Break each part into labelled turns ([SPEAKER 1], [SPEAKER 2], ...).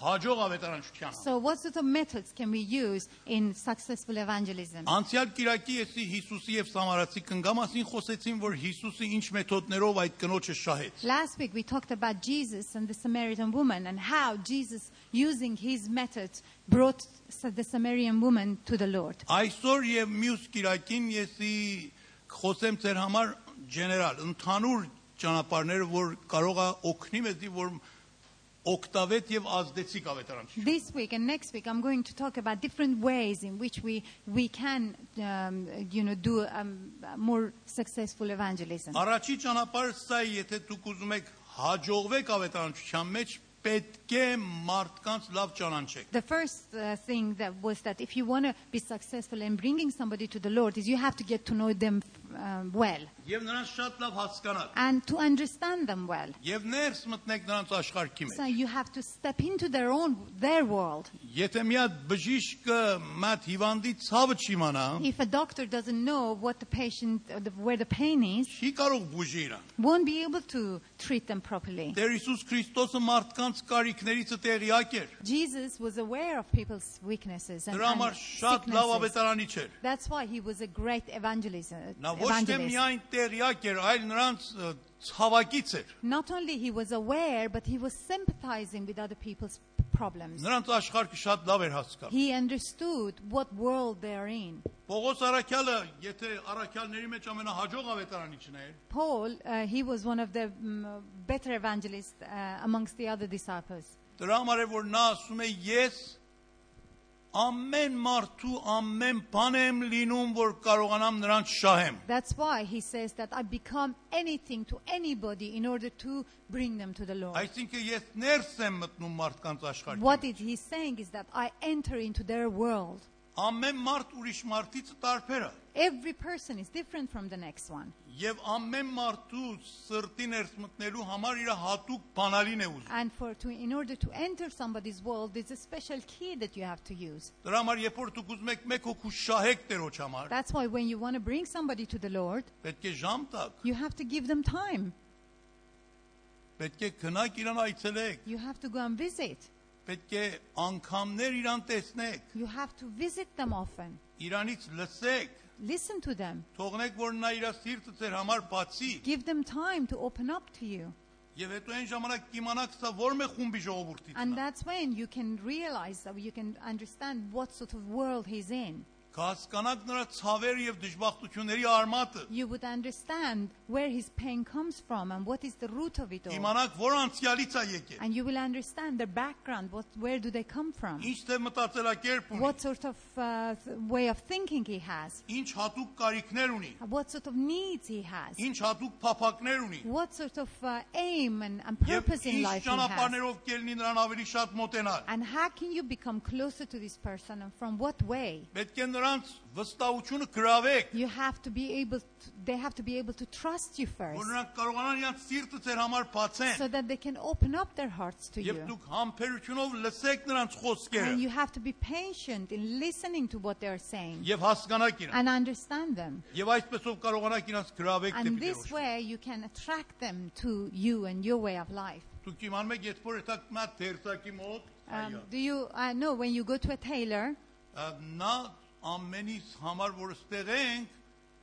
[SPEAKER 1] հաջող ավետարանչության։
[SPEAKER 2] So, what sort of methods can we use in successful evangelism?
[SPEAKER 1] Անցյալ Կիրակի եսի Հիսուսի եւ Սամարացի կնգամասին խոսեցին, որ Հիսուսը ինչ մեթոդներով այդ կնոջը շահեց։
[SPEAKER 2] Last week we talked about Jesus and the Samaritan woman and how Jesus, using his methods, brought the Samaritan woman to the Lord.
[SPEAKER 1] Այսօր եւ մյուս Կիրակին եսի խոսեմ ձեր համար գեներալ, ընդհանուր ճանապարհները, որ կարող է օգնի մեզի, որ օգտավետ եւ ազդեցիկ ավետարանչ։
[SPEAKER 2] This week and next week, I'm going to talk about different ways in which we, we can, um, you know, do um, more successful evangelism.
[SPEAKER 1] Առաջի ճանապարհը սա է, եթե դուք ուզում եք հաջողվեք ավետարանչության մեջ, պետք է մարդկանց լավ ճանաչեք։
[SPEAKER 2] The first uh, thing that was that if you want to be successful in bringing somebody to the Lord, is you have to get to know them um, well
[SPEAKER 1] Եվ նրանց շատ լավ հասկանալ։
[SPEAKER 2] and to understand them well.
[SPEAKER 1] Եվ ներս մտնեք նրանց աշխարհքի մեջ։
[SPEAKER 2] So you have to step into their own their world.
[SPEAKER 1] Եթե մի հատ բժիշկը մատ հիվանդի ցավը չիմանա,
[SPEAKER 2] If a doctor doesn't know what the patient uh, the, where the pain is,
[SPEAKER 1] չի կարող բուժի իրան։
[SPEAKER 2] won't be able to treat them properly.
[SPEAKER 1] Տեր Հիսուս Քրիստոսը մարդկանց կարիքներից տեղյակ էր։
[SPEAKER 2] Jesus was aware of people's weaknesses and,
[SPEAKER 1] Դրա
[SPEAKER 2] and
[SPEAKER 1] համար շատ լավ
[SPEAKER 2] sicknesses.
[SPEAKER 1] ավետարանիչ էր։
[SPEAKER 2] That's why he was a great evangelist. uh,
[SPEAKER 1] Նա ոչ թե
[SPEAKER 2] evangelist.
[SPEAKER 1] միայն տեղյակ էր, այլ նրանց ը, ցավակից էր։
[SPEAKER 2] Not only he was aware, but he was sympathizing with other people's problems.
[SPEAKER 1] Նրանց աշխարհը շատ լավ էր հասկանում։
[SPEAKER 2] He understood what world they are in.
[SPEAKER 1] Պողոս Արաքյալը, եթե Արաքյալների մեջ ամենահաջող ավետարանիչն էր,
[SPEAKER 2] Paul, uh, he was one of the mm, better evangelists uh, amongst the other disciples.
[SPEAKER 1] դրա համար է որ նա ասում է ես ամեն մարդու ամեն բան եմ լինում, որ կարողանամ նրան շահեմ։
[SPEAKER 2] That's why he says that I become anything to anybody in order to bring them to the Lord.
[SPEAKER 1] Այսինքն ես ներս եմ մտնում մարդկանց աշխարհին։
[SPEAKER 2] What it, he's saying is that I enter into their world.
[SPEAKER 1] Ամեն մարդ ուրիշ մարդից տարբեր է,
[SPEAKER 2] Every person is different from the next one.
[SPEAKER 1] եւ ամեն մարդու սրտի ներս մտնելու համար իր հատուկ բանալին է ուզում։
[SPEAKER 2] And for to, in order to enter somebody's world, there's a special key that you have to use.
[SPEAKER 1] Դրա համար երբ որ դուք ուզում եք մեկ հոգու շահեք Տերոջ համար,
[SPEAKER 2] That's why when you want to bring somebody to the Lord,
[SPEAKER 1] պետք է ժամ տակ,
[SPEAKER 2] you have to give them time.
[SPEAKER 1] պետք է գնաք իրան այցելեք,
[SPEAKER 2] You have to go and visit.
[SPEAKER 1] Պետք է անգամներ իրան տեսնեք,
[SPEAKER 2] You have to visit them often.
[SPEAKER 1] իրանից լսեք,
[SPEAKER 2] Listen to them.
[SPEAKER 1] թողնեք որ նա իր սիրտը ձեր համար բացի
[SPEAKER 2] Give them time to open up to you.
[SPEAKER 1] եւ հետո այն ժամանակ կիմանաք սա ո՞րմ է խումբի ժողովրդից։
[SPEAKER 2] And that's when you can realize that you can understand what sort of world he's in.
[SPEAKER 1] Կհասկանաք նրա ցավերը եւ դժբախտությունների արմատը։
[SPEAKER 2] You would understand where his pain comes from and what is the root of it all.
[SPEAKER 1] Իմանաք որ անցյալից է եկել։
[SPEAKER 2] And you will understand their background, what, where do they come from,
[SPEAKER 1] Ինչ թե մտածելակերպ ունի,
[SPEAKER 2] what sort of uh, th- way of thinking he has,
[SPEAKER 1] ինչ հատուկ կարիքներ ունի,
[SPEAKER 2] what sort of needs he has,
[SPEAKER 1] ինչ հատուկ փափակներ ունի։
[SPEAKER 2] what sort of uh, aim and, and
[SPEAKER 1] Եվ
[SPEAKER 2] purpose in
[SPEAKER 1] ինչ
[SPEAKER 2] life he has.
[SPEAKER 1] ճանապարհներով կելնի նրան ավելի շատ մոտենալ։
[SPEAKER 2] And how can you become closer to this person and from what way?
[SPEAKER 1] Պետք է նրանց վստահությունը գրավեք,
[SPEAKER 2] You have to be able, to, they have to be able to trust you first.
[SPEAKER 1] որ նրանք կարողանան իրան սիրտը ձեր համար բացեն։
[SPEAKER 2] so that they can open up their hearts to
[SPEAKER 1] Եվ
[SPEAKER 2] you.
[SPEAKER 1] դուք համբերությունով լսեք նրանց
[SPEAKER 2] And
[SPEAKER 1] խոսքերը
[SPEAKER 2] you have to be patient in listening to what they are saying
[SPEAKER 1] եւ հասկանաք իրենց։
[SPEAKER 2] and understand them.
[SPEAKER 1] Եվ այսպեսով կարողanak իրենց գրավեք
[SPEAKER 2] And
[SPEAKER 1] դեպի
[SPEAKER 2] this
[SPEAKER 1] Տերոջ։
[SPEAKER 2] way you can attract them to you and your way of life.
[SPEAKER 1] Դուք իմանում եք, երբ որ հետաք մա թերթակի մոտ,
[SPEAKER 2] Um,
[SPEAKER 1] այո,
[SPEAKER 2] do you I know when you go to a tailor,
[SPEAKER 1] ա, նա ամենից համար որ ստեղենք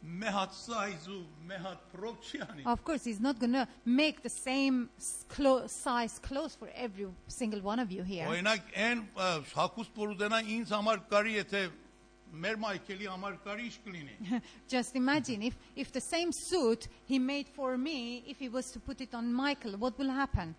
[SPEAKER 1] մեհատ size ու մեհատ փրոկ չի անի։
[SPEAKER 2] of course, he's not going to make the same s- clo- size clothes for every single one of you here.
[SPEAKER 1] Օրինակ, այն ա, հակուստ որ ուտենա ինձ համար կարի, եթե մեր մայքելի համար կարի ինչ կլինի։
[SPEAKER 2] Just imagine if, if the same suit he made for me, if he was to put it on Michael, what will happen?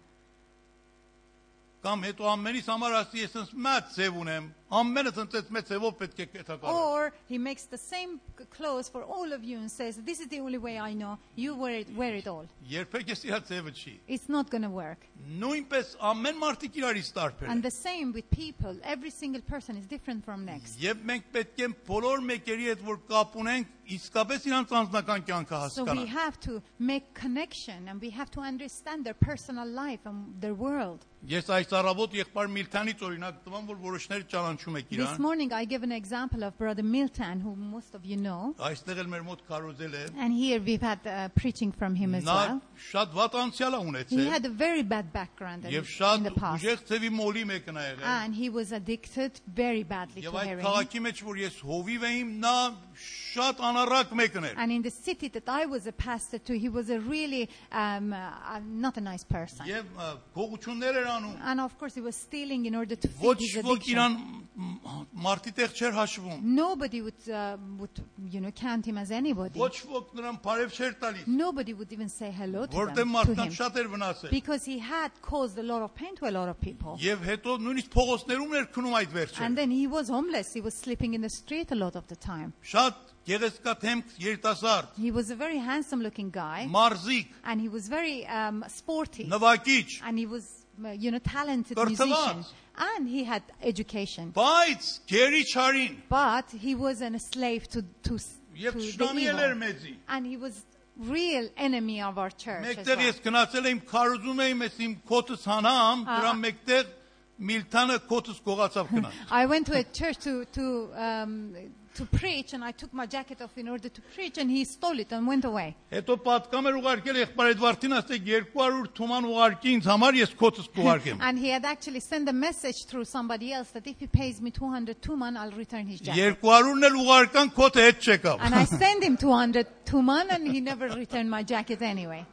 [SPEAKER 1] Կամ հետո ամենից համար ասի ես ինձ մա ծև ունեմ, ամենը ընդ մեծ ծևով պետք է հետա կարող։
[SPEAKER 2] Or he makes the same c- clothes for all of you and says, This is the only way I know. You wear it, wear it all.
[SPEAKER 1] Երբեք ես իրա ծևը չի։
[SPEAKER 2] It's not going to work.
[SPEAKER 1] Նույնպես ամեն մարդիկ իրարից տարբեր
[SPEAKER 2] And
[SPEAKER 1] են։
[SPEAKER 2] the same with people. Every single person is different from next.
[SPEAKER 1] Եվ մենք պետք է բոլոր մեկերի հետ որ կապ ունենք, իսկապես իրանց անձնական կյանքը
[SPEAKER 2] So we
[SPEAKER 1] հասկանանք։
[SPEAKER 2] have to make connection and we have to understand their personal life and their world.
[SPEAKER 1] Ես այս առավոտ եղբայր Միլթանից օրինակ տվամ, որ որոշները ճանաչ ճանաչում եք
[SPEAKER 2] This
[SPEAKER 1] իրան։
[SPEAKER 2] morning I gave an example of Brother Milton, who most of you know,
[SPEAKER 1] Այստեղ էլ մեր մոտ քարոզել է։
[SPEAKER 2] and here we've had uh, preaching from him as
[SPEAKER 1] Նա
[SPEAKER 2] well.
[SPEAKER 1] շատ վատ անցյալ է
[SPEAKER 2] He
[SPEAKER 1] ունեցել
[SPEAKER 2] had a very bad background in,
[SPEAKER 1] եւ
[SPEAKER 2] in
[SPEAKER 1] շատ
[SPEAKER 2] the past,
[SPEAKER 1] ուժեղ ծևի մոլի մեկն է եղել։
[SPEAKER 2] and he was addicted very badly
[SPEAKER 1] Եվ
[SPEAKER 2] to
[SPEAKER 1] այդ
[SPEAKER 2] heroin.
[SPEAKER 1] քաղաքի մեջ որ ես հովիվ էիմ, նա շատ անառակ մեկն էր։
[SPEAKER 2] And in the city that I was a pastor to, he was a really um, uh, not a nice person.
[SPEAKER 1] Եվ ա, գողություններ էր անում։
[SPEAKER 2] And of course, he was stealing in order to
[SPEAKER 1] Ոչ
[SPEAKER 2] feed his
[SPEAKER 1] ոք
[SPEAKER 2] addiction.
[SPEAKER 1] իրան մարտի տեղ չէր հաշվում։
[SPEAKER 2] Nobody would, uh, would, you know, count him as anybody.
[SPEAKER 1] Ոչ ոք նրան բարև չէր տալիս,
[SPEAKER 2] Nobody would even say hello to,
[SPEAKER 1] որտեղ
[SPEAKER 2] them, to him
[SPEAKER 1] մարդկանց շատ էր վնասել։
[SPEAKER 2] because he had caused a lot of pain to a lot of people.
[SPEAKER 1] Եվ հետո նույնիսկ փողոցներում էր քնում այդ վերջը։
[SPEAKER 2] And then he was homeless. He was sleeping in the street a lot of the time.
[SPEAKER 1] Շատ գեղեցկաթեմք երիտասարդ,
[SPEAKER 2] He was a very handsome-looking guy,
[SPEAKER 1] մարզիկ,
[SPEAKER 2] and he was very um, sporty,
[SPEAKER 1] նվակիչ,
[SPEAKER 2] and he was, uh, you know, talented
[SPEAKER 1] Կրթված.
[SPEAKER 2] musician, and he had education.
[SPEAKER 1] բայց գերի չարին
[SPEAKER 2] But he was an- a slave to to, s- to
[SPEAKER 1] եւ
[SPEAKER 2] the
[SPEAKER 1] շտամի էլ էր
[SPEAKER 2] evil,
[SPEAKER 1] մեզի։
[SPEAKER 2] and he was real enemy of our church. as
[SPEAKER 1] Մեկտեղ
[SPEAKER 2] well.
[SPEAKER 1] ես գնացել եմ քարոզում եմ, ես իմ կոտս հանամ,
[SPEAKER 2] Ա-
[SPEAKER 1] դրա մեկտեղ Միլտանը կոտս գողացավ գնա։
[SPEAKER 2] I went to a church to to um, to preach, and I took my jacket off in order to preach, and he stole it and went away.
[SPEAKER 1] Հետո պատկամ էր ուղարկել եղբայր Էդվարդին, ասել 200 թուման ուղարկի ինձ համար, ես կոտս կուղարկեմ։
[SPEAKER 2] And he had actually sent a message through somebody else that if he pays me 200 tuman, I'll return his jacket.
[SPEAKER 1] 200-ն էլ ուղարկան, կոտը հետ չեկավ։
[SPEAKER 2] And I sent him 200 tuman, and he never returned my jacket anyway.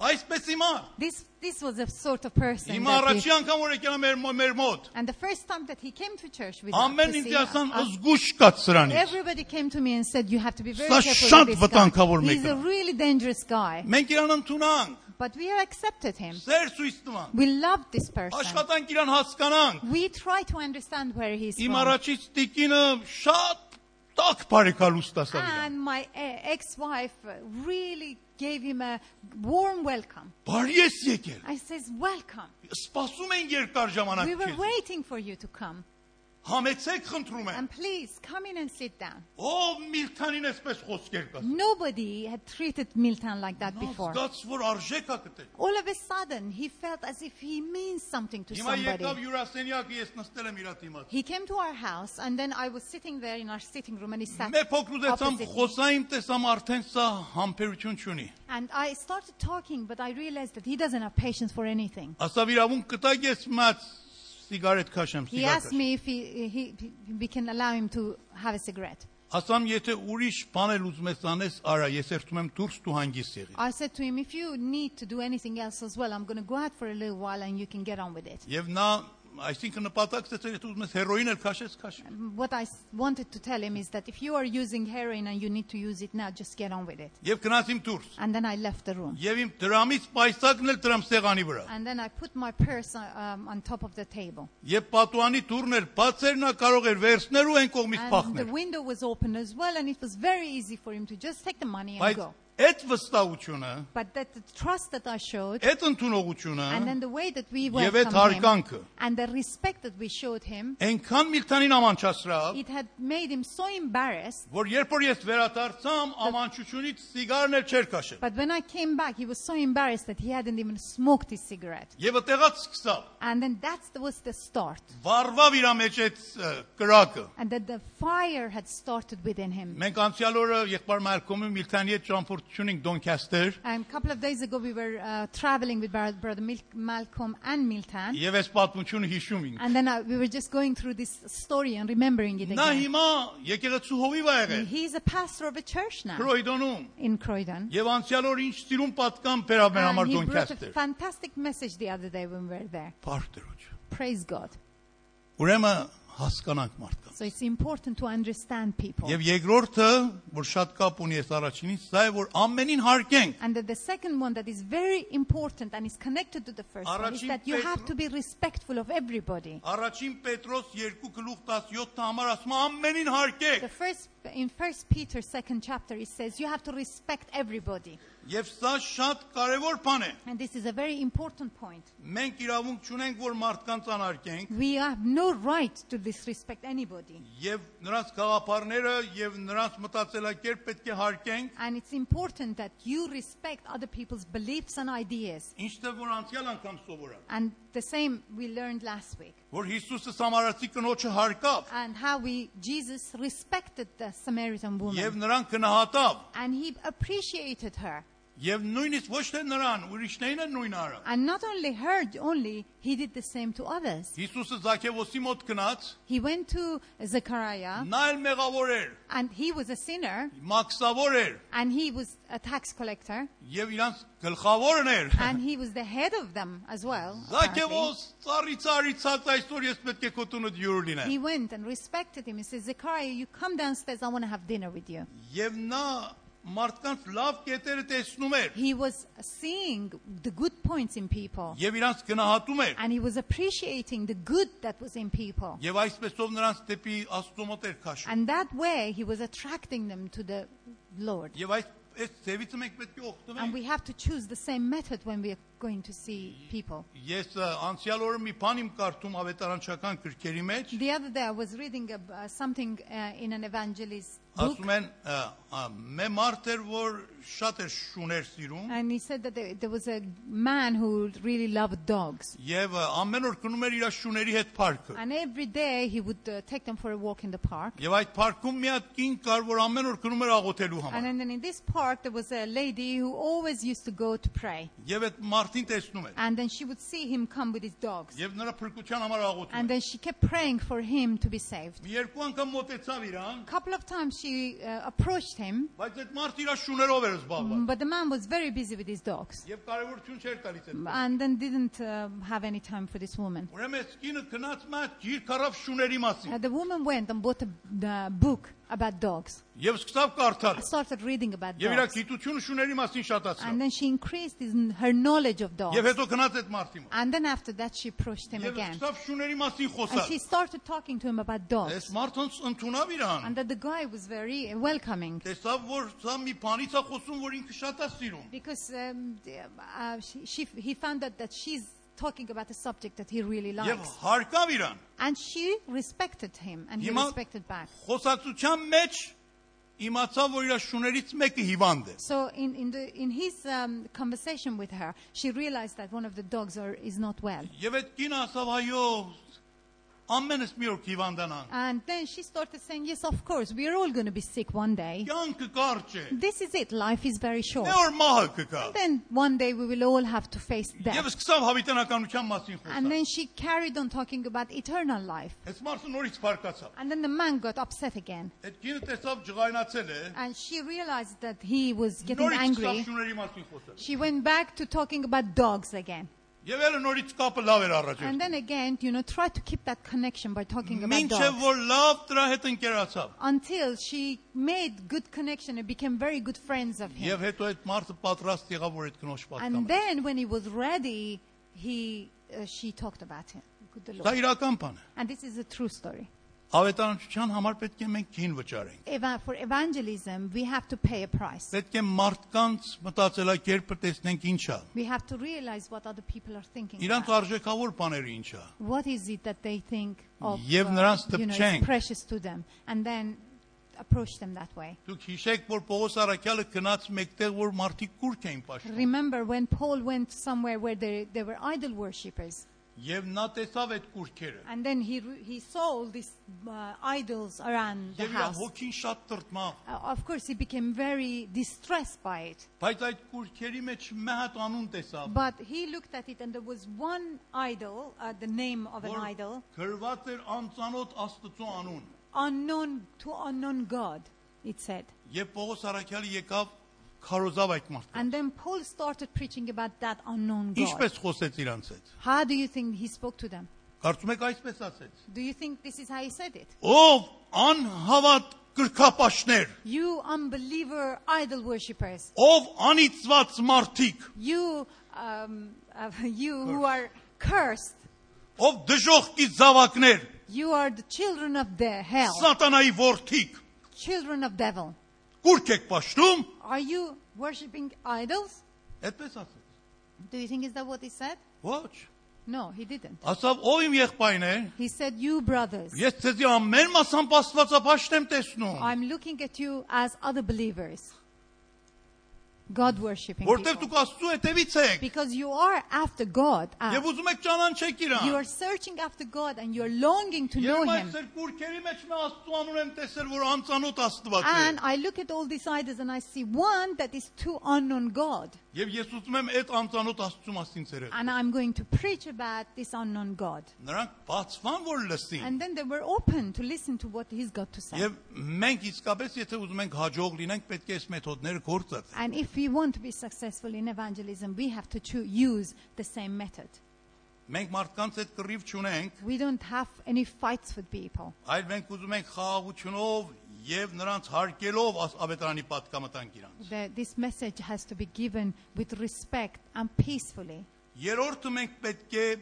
[SPEAKER 1] Այսպես հիմա,
[SPEAKER 2] This this was a sort of person.
[SPEAKER 1] հիմա
[SPEAKER 2] that he-
[SPEAKER 1] առաջի անգամ որ եկել եմ մեր մո- մեր մոտ,
[SPEAKER 2] and the first time that he came to church with
[SPEAKER 1] ամեն
[SPEAKER 2] us,
[SPEAKER 1] ինչ
[SPEAKER 2] you see,
[SPEAKER 1] ասան
[SPEAKER 2] uh,
[SPEAKER 1] զգուշ կաց սրանից։
[SPEAKER 2] everybody came to me and said, "You have to be very
[SPEAKER 1] Սա
[SPEAKER 2] careful
[SPEAKER 1] շատ
[SPEAKER 2] with this
[SPEAKER 1] վտանգավոր
[SPEAKER 2] guy. He's
[SPEAKER 1] մեկ
[SPEAKER 2] a
[SPEAKER 1] է։
[SPEAKER 2] really dangerous guy."
[SPEAKER 1] Մենք իրան ընդունանք,
[SPEAKER 2] But we have accepted him.
[SPEAKER 1] սեր սույս տվանք,
[SPEAKER 2] We love this person.
[SPEAKER 1] աշխատանք իրան հասկանանք։
[SPEAKER 2] We try to understand where he's
[SPEAKER 1] Իմ
[SPEAKER 2] from.
[SPEAKER 1] առաջից տիկինը շատ տակ բարեկալուստ ասավ իրան։
[SPEAKER 2] And my uh, ex-wife uh, really gave him a warm welcome.
[SPEAKER 1] Բարի ես եկել։
[SPEAKER 2] I says, welcome.
[SPEAKER 1] Սպասում են երկար ժամանակ
[SPEAKER 2] We were
[SPEAKER 1] քեզ։
[SPEAKER 2] waiting for you to come.
[SPEAKER 1] Համեցեք խնդրում եմ։
[SPEAKER 2] And please, come in and sit down.
[SPEAKER 1] Ով Միլտանին այսպես խոսքեր կա։
[SPEAKER 2] Nobody had treated Milton like that before.
[SPEAKER 1] Զգաց որ արժեք է գտել։
[SPEAKER 2] All of a sudden, he felt as if he means something to
[SPEAKER 1] Հիմա
[SPEAKER 2] somebody.
[SPEAKER 1] եկավ հյուրասենյակը, ես նստել եմ իրա դիմաց։
[SPEAKER 2] He came to our house, and then I was sitting there in our sitting room, and he sat
[SPEAKER 1] Մե փոքր ուզեցամ
[SPEAKER 2] opposite me.
[SPEAKER 1] խոսայիմ, տեսամ արդեն սա համբերություն չունի։
[SPEAKER 2] And I started talking, but I realized that he doesn't have patience for anything.
[SPEAKER 1] Ասավ իրավունք կտակ ես մած սիգարետ քաշեմ
[SPEAKER 2] He asked
[SPEAKER 1] սիգարետ։
[SPEAKER 2] me if he, he, he, we can allow him to have a cigarette.
[SPEAKER 1] Ասամ եթե ուրիշ բան էլ ուզում ես անես, արա, ես երթում եմ դուրս դու հանգիս եղի։
[SPEAKER 2] I said to him, if you need to do anything else as well, I'm going to go out for a little while and you can get on with it.
[SPEAKER 1] Եվ նա, այսինքն նպատակ ստացել, եթե ուզում ես հերոին էլ քաշես, քաշեմ։
[SPEAKER 2] What I s- wanted to tell him is that if you are using heroin and you need to use it now, just get on with it.
[SPEAKER 1] Եվ գնացիմ դուրս։
[SPEAKER 2] And then I left the room.
[SPEAKER 1] Եվ իմ դրամից պայսակն էլ դրամ սեղանի վրա։
[SPEAKER 2] And then I put my purse uh, um, on top of the table.
[SPEAKER 1] Եվ պատուանի դուրն էր բաց էր, նա կարող էր վերցնել ու այն կողմից
[SPEAKER 2] And the
[SPEAKER 1] փախնել։
[SPEAKER 2] window was open as well, and it was very easy for him to just take the money and
[SPEAKER 1] Բայց
[SPEAKER 2] go.
[SPEAKER 1] այդ վստահությունը,
[SPEAKER 2] But that the trust that I showed,
[SPEAKER 1] այդ ընդունողությունը
[SPEAKER 2] and then the way that we
[SPEAKER 1] Եվ
[SPEAKER 2] welcomed
[SPEAKER 1] այդ
[SPEAKER 2] him,
[SPEAKER 1] հարկանքը։
[SPEAKER 2] and the respect that we showed him,
[SPEAKER 1] այնքան Միլտանին ամանչացրավ,
[SPEAKER 2] it had made him so embarrassed.
[SPEAKER 1] որ երբ որ ես վերադարձամ ամանչությունից սիգարն էլ չեր քաշել
[SPEAKER 2] But when I came back, he was so embarrassed that he hadn't even smoked his cigarette.
[SPEAKER 1] եւ այդտեղից սկսավ
[SPEAKER 2] And then that was the start.
[SPEAKER 1] վառվավ իր մեջ այդ ը, կրակը
[SPEAKER 2] And that the fire had started within him.
[SPEAKER 1] մենք անցյալ օրը եղբայր Մարկոմի Միլտանի հետ ճամփորդություն ենք Դոնքաստեր
[SPEAKER 2] And a couple of days ago, we were uh, traveling with Brother Brother Mil- Malcolm and Milton.
[SPEAKER 1] եւ այս պատմությունը հիշում ինձ
[SPEAKER 2] And then I, we were just going through this story and remembering it
[SPEAKER 1] նա
[SPEAKER 2] again.
[SPEAKER 1] հիմա եկեղեցու հովիվ է եղել
[SPEAKER 2] He's a pastor of a church now
[SPEAKER 1] Քրոյդոնում
[SPEAKER 2] in Croydon.
[SPEAKER 1] եւ անցյալ օրը ինչ սիրուն պատկան բերավ մեր
[SPEAKER 2] And
[SPEAKER 1] համար
[SPEAKER 2] he brought a
[SPEAKER 1] Դոնքաստեր
[SPEAKER 2] fantastic message the other day when we were there.
[SPEAKER 1] բարձրոջ
[SPEAKER 2] Praise God.
[SPEAKER 1] ուրեմն հասկանանք մարդկանց
[SPEAKER 2] So it's important to understand people.
[SPEAKER 1] Եվ երկրորդը, որ շատ կապ ունի այս առաջինից, սա է, որ ամենին հարկենք։
[SPEAKER 2] And that the second one that is very important and is connected to the first one is
[SPEAKER 1] Առաջին
[SPEAKER 2] that you
[SPEAKER 1] Պետր-
[SPEAKER 2] have to be respectful of everybody.
[SPEAKER 1] Առաջին Պետրոս 2 գլուխ 17-ը համար ասում է ամենին հարկեք։
[SPEAKER 2] The first in First Peter second chapter it says you have to respect everybody,
[SPEAKER 1] Եվ սա շատ կարևոր բան է։
[SPEAKER 2] and this is a very important point.
[SPEAKER 1] Մենք իրավունք չունենք, որ մարդկանց անարգենք
[SPEAKER 2] We have no right to disrespect anybody,
[SPEAKER 1] եւ նրանց գաղափարները եւ նրանց մտածելակերպ պետք է հարգենք,
[SPEAKER 2] and it's important that you respect other people's beliefs and ideas.
[SPEAKER 1] ինչտեղ որ անցյալ անգամ սովորա։
[SPEAKER 2] And the same we learned last week,
[SPEAKER 1] որ Հիսուսը Սամարացի կնոջը հարկավ
[SPEAKER 2] and how we Jesus respected the Samaritan woman,
[SPEAKER 1] եւ նրան գնահատավ
[SPEAKER 2] and he appreciated her.
[SPEAKER 1] եւ նույնիսկ ոչ թե նրան ուրիշներին են նույն արը։
[SPEAKER 2] And not only her, only he did the same to others.
[SPEAKER 1] Հիսուսը Զաքեոսի մոտ գնաց,
[SPEAKER 2] He went to Zechariah,
[SPEAKER 1] նա էլ մեղավոր էր,
[SPEAKER 2] and he was a sinner,
[SPEAKER 1] մաքսավոր էր
[SPEAKER 2] and he was a tax collector,
[SPEAKER 1] եւ իրանց գլխավորն էր։
[SPEAKER 2] and he was the head of them as well. apparently.
[SPEAKER 1] Զաքեոս ծառից արիցած այսօր ես պետք է կոտունդ յուր լինեմ։
[SPEAKER 2] He went and respected him. He said, Zechariah, you come downstairs, I want to have dinner with you.
[SPEAKER 1] Եվ նա մարդկանց լավ կետերը տեսնում էր
[SPEAKER 2] He was seeing the good points in people,
[SPEAKER 1] եւ իրանց գնահատում էր
[SPEAKER 2] and he was appreciating the good that was in people.
[SPEAKER 1] եւ այսպեսով նրանց դեպի Աստծո մոտ էր քաշում։
[SPEAKER 2] And that way, he was attracting them to the Lord.
[SPEAKER 1] Եվ այս այս ծևից մենք պետք է
[SPEAKER 2] And
[SPEAKER 1] օգտվենք։
[SPEAKER 2] we have to choose the same method when we are going to see people.
[SPEAKER 1] Ես ա, անցյալ օրը մի բան իմ կարդում ավետարանչական գրքերի մեջ
[SPEAKER 2] The other day, I was reading ab- uh, something uh, in an evangelist book,
[SPEAKER 1] ասում են ա, ա, մե մարդ էր որ շատ էր շուներ սիրում
[SPEAKER 2] and he said that there, there was a man who really loved dogs.
[SPEAKER 1] եւ ա, ամեն օր գնում էր իր շուների հետ парքը։
[SPEAKER 2] And every day, he would uh, take them for a walk in the park.
[SPEAKER 1] Եվ այդ парքում մի հատ կին կար որ ամեն օր գնում էր աղոթելու
[SPEAKER 2] And
[SPEAKER 1] համար։
[SPEAKER 2] then then in this park, there was a lady who always used to go to pray.
[SPEAKER 1] Եվ այդ մարդին տեսնում էր
[SPEAKER 2] And then she would see him come with his dogs.
[SPEAKER 1] եւ նրա փրկության համար աղոթում
[SPEAKER 2] And then she kept praying for him to be saved.
[SPEAKER 1] էր։ Մի երկու անգամ մտեցավ իրան,
[SPEAKER 2] A couple of times she uh, approached him,
[SPEAKER 1] բայց այդ մարդը իր շուներով էր զբաղված
[SPEAKER 2] but the man was very busy with his dogs
[SPEAKER 1] եւ կարեւորություն չէր տալիս այդ։
[SPEAKER 2] and then didn't um, have any time for this woman.
[SPEAKER 1] Ուրեմն այս կինը գնաց մա գիրք առավ շուների մասին
[SPEAKER 2] Uh, the woman went and bought a the book about dogs,
[SPEAKER 1] եւ սկսավ կարդալ։
[SPEAKER 2] started reading about
[SPEAKER 1] Եվ իր
[SPEAKER 2] dogs,
[SPEAKER 1] գիտությունը շուների մասին շատացավ։
[SPEAKER 2] and then she increased his, her knowledge of dogs.
[SPEAKER 1] Եվ հետո գնաց այդ մարդի մոտ։
[SPEAKER 2] And then after that, she approached him
[SPEAKER 1] Եվ
[SPEAKER 2] again.
[SPEAKER 1] սկսավ շուների մասին
[SPEAKER 2] And
[SPEAKER 1] խոսալ։
[SPEAKER 2] she started talking to him about dogs.
[SPEAKER 1] Այս մարդոնց ընդունավ իրան։
[SPEAKER 2] And that the guy was very welcoming
[SPEAKER 1] Տեսավ որ սա մի բանից է խոսում, որ ինքը շատ է սիրում։
[SPEAKER 2] because um, the- uh, she, she, he found out that she's talking about a subject that he really
[SPEAKER 1] Եվ
[SPEAKER 2] likes.
[SPEAKER 1] հարկավ իրան։
[SPEAKER 2] And she respected him and he
[SPEAKER 1] Հիմա-
[SPEAKER 2] respected back.
[SPEAKER 1] Խոսացության մեջ իմացավ, որ իր շուներից մեկը հիվանդ է։
[SPEAKER 2] So in, in, the, in his um, conversation with her, she realized that one of the dogs are, is not well.
[SPEAKER 1] Եվ այդ կինը ասավ, այո, ամենս մի օր հիվանդանան։
[SPEAKER 2] And then she started saying, Yes, of course, we're all going to be sick one day.
[SPEAKER 1] Կյանքը կարճ է։
[SPEAKER 2] This is it, life is very short.
[SPEAKER 1] Դե որ մահը կգա։
[SPEAKER 2] Then one day we will all have to face
[SPEAKER 1] Եվ
[SPEAKER 2] death.
[SPEAKER 1] սկսավ հավիտենականության մասին
[SPEAKER 2] And
[SPEAKER 1] խոսալ։
[SPEAKER 2] then she carried on talking about eternal life.
[SPEAKER 1] Այս մարդը նորից բարկացավ։
[SPEAKER 2] And then the man got upset again.
[SPEAKER 1] Այդ կինը տեսավ ջղայնացել է։
[SPEAKER 2] And she realized that he was getting
[SPEAKER 1] Նորից սկսավ
[SPEAKER 2] angry.
[SPEAKER 1] շուների մասին խոսալ։
[SPEAKER 2] She went back to talking about dogs again.
[SPEAKER 1] Եվ ելը նորից կապը լավ էր առաջացել։
[SPEAKER 2] And then again, you know, try to keep that connection by talking about
[SPEAKER 1] Մինչև
[SPEAKER 2] dogs.
[SPEAKER 1] որ լավ դրա հետ ընկերացավ։
[SPEAKER 2] Until she made good connection and became very good friends of him.
[SPEAKER 1] Եվ հետո այդ մարդը պատրաստ եղավ որ այդ կնոջ
[SPEAKER 2] And
[SPEAKER 1] պատկանը։
[SPEAKER 2] then when he was ready, he, uh, she talked about him. Good the
[SPEAKER 1] Դա
[SPEAKER 2] Lord.
[SPEAKER 1] իրական բան է։
[SPEAKER 2] And this is a true story.
[SPEAKER 1] Ավետարանչության համար պետք է մենք քին վճարենք։
[SPEAKER 2] Eva- For evangelism, we have to pay a price.
[SPEAKER 1] Պետք է մարդկանց մտածելակերպը տեսնենք ինչա։
[SPEAKER 2] We have to realize what other people are thinking.
[SPEAKER 1] Իրանք
[SPEAKER 2] about.
[SPEAKER 1] արժեքավոր բաները ինչա։
[SPEAKER 2] What is it that they think of uh,
[SPEAKER 1] Եվ նրանց
[SPEAKER 2] you know,
[SPEAKER 1] դպչենք։
[SPEAKER 2] it's precious to them and then approach them that way.
[SPEAKER 1] Դուք հիշեք որ Պողոս Արաքյալը գնաց մեկտեղ որ մարդիկ կուրք էին պաշտում։
[SPEAKER 2] Remember when Paul went somewhere where they, they were idol worshippers
[SPEAKER 1] Եվ նա տեսավ այդ կուրքերը։
[SPEAKER 2] and then he, re- he saw all these uh, idols around the
[SPEAKER 1] Եվ իր
[SPEAKER 2] house.
[SPEAKER 1] հոգին շատ տրտմավ,
[SPEAKER 2] Uh, of course, he became very distressed by it.
[SPEAKER 1] բայց այդ կուրքերի մեջ մի հատ անուն տեսավ,
[SPEAKER 2] But he looked at it and there was one idol, uh, the name of an
[SPEAKER 1] որ
[SPEAKER 2] idol,
[SPEAKER 1] գրված էր անծանոթ Աստծո անուն։
[SPEAKER 2] unknown to unknown God, it said.
[SPEAKER 1] Եվ Պողոս Արաքյալը եկավ քարոզավ այդ մարդը։
[SPEAKER 2] And then Paul started preaching about that unknown God.
[SPEAKER 1] Ինչպես խոսեց իրանց հետ։
[SPEAKER 2] How do you think he spoke to them?
[SPEAKER 1] Կարծում եք այսպես ասեց։
[SPEAKER 2] Do you think this is how he said it?
[SPEAKER 1] Ով անհավատ կրկապաշտներ,
[SPEAKER 2] You unbeliever idol worshippers.
[SPEAKER 1] ով անիծված մարդիկ,
[SPEAKER 2] You, um, uh, you who are cursed.
[SPEAKER 1] ով դժողքի զավակներ,
[SPEAKER 2] You are the children of the hell,
[SPEAKER 1] սատանայի որդիկ,
[SPEAKER 2] children of devil.
[SPEAKER 1] կուրք եք պաշտում,
[SPEAKER 2] Are you worshipping idols?
[SPEAKER 1] այդպես ասեց։
[SPEAKER 2] Do you think is that what he said?
[SPEAKER 1] Ոչ,
[SPEAKER 2] No, he didn't.
[SPEAKER 1] ասավ ով իմ եղբայրն է,
[SPEAKER 2] He said, You brothers,
[SPEAKER 1] ես ցեզի ամեն մասամբ աստվածապաշտ եմ տեսնում։
[SPEAKER 2] I'm looking at you as other believers. God worshipping
[SPEAKER 1] որտեղ
[SPEAKER 2] people.
[SPEAKER 1] դուք Աստծո հետևից եք
[SPEAKER 2] Because you are after God. uh,
[SPEAKER 1] եւ ուզում եք ճանաչեք
[SPEAKER 2] you
[SPEAKER 1] իրան։
[SPEAKER 2] are searching after God and you're longing to know
[SPEAKER 1] Եվ այս
[SPEAKER 2] Him.
[SPEAKER 1] երկուրքերի մեջ մե Աստծո անուն եմ տեսել, որ անծանոթ Աստված է։
[SPEAKER 2] And I look at all these idols and I see one that is too unknown God.
[SPEAKER 1] Եվ ես ուզում եմ այդ անծանոթ Աստծո մասին ծերել։
[SPEAKER 2] And I'm going to preach about this unknown God.
[SPEAKER 1] Նրանք բացվան որ լսին։
[SPEAKER 2] And then they were open to listen to what He's got to say.
[SPEAKER 1] Եվ մենք իսկապես եթե ուզում ենք հաջող լինենք, պետք է այս մեթոդները գործածենք։
[SPEAKER 2] And if we want to be successful in evangelism, we have to choo- use the same method.
[SPEAKER 1] Մենք մարդկանց այդ կռիվ չունենք,
[SPEAKER 2] We don't have any fights with people.
[SPEAKER 1] այլ մենք ուզում ենք խաղաղությունով եւ նրանց հարգելով աս- ավետարանի պատկամտանք իրանց։
[SPEAKER 2] The, this message has to be given with respect and peacefully.
[SPEAKER 1] Երրորդը մենք պետք է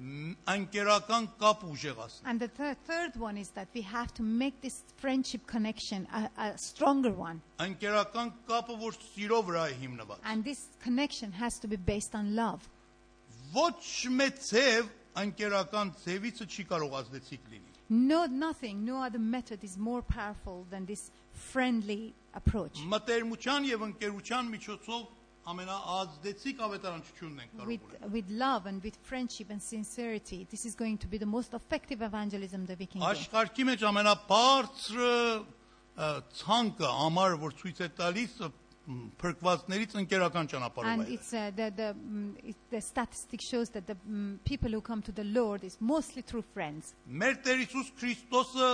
[SPEAKER 1] մ, անկերական կապ ուժեղացնենք։
[SPEAKER 2] And the thir- third one is that we have to make this friendship connection a, a stronger one.
[SPEAKER 1] Անկերական կապը, որ սիրո վրա է հիմնված։
[SPEAKER 2] And this connection has to be based on love.
[SPEAKER 1] Ոչ մեծ ցև անկերական ցևիցը չի կարող ազդեցիկ լինի։
[SPEAKER 2] No, nothing, no other method is more powerful than this friendly approach.
[SPEAKER 1] Մտերմության եւ ընկերության միջոցով ամենաազդեցիկ ավետարանչությունն ենք կարող
[SPEAKER 2] With,
[SPEAKER 1] ունենալ։
[SPEAKER 2] with love and with friendship and sincerity, this is going to be the most effective evangelism that we can do.
[SPEAKER 1] Աշխարհի մեջ ամենաբարձրը ը, ցանկը ամառը որ ցույց է տալիս ը, մ, փրկվածներից ընկերական ճանապարհով
[SPEAKER 2] And
[SPEAKER 1] է։
[SPEAKER 2] it's uh, the the mm, it, the statistic shows that the mm, people who come to the Lord is mostly through friends.
[SPEAKER 1] Մեր Տեր Հիսուս Քրիստոսը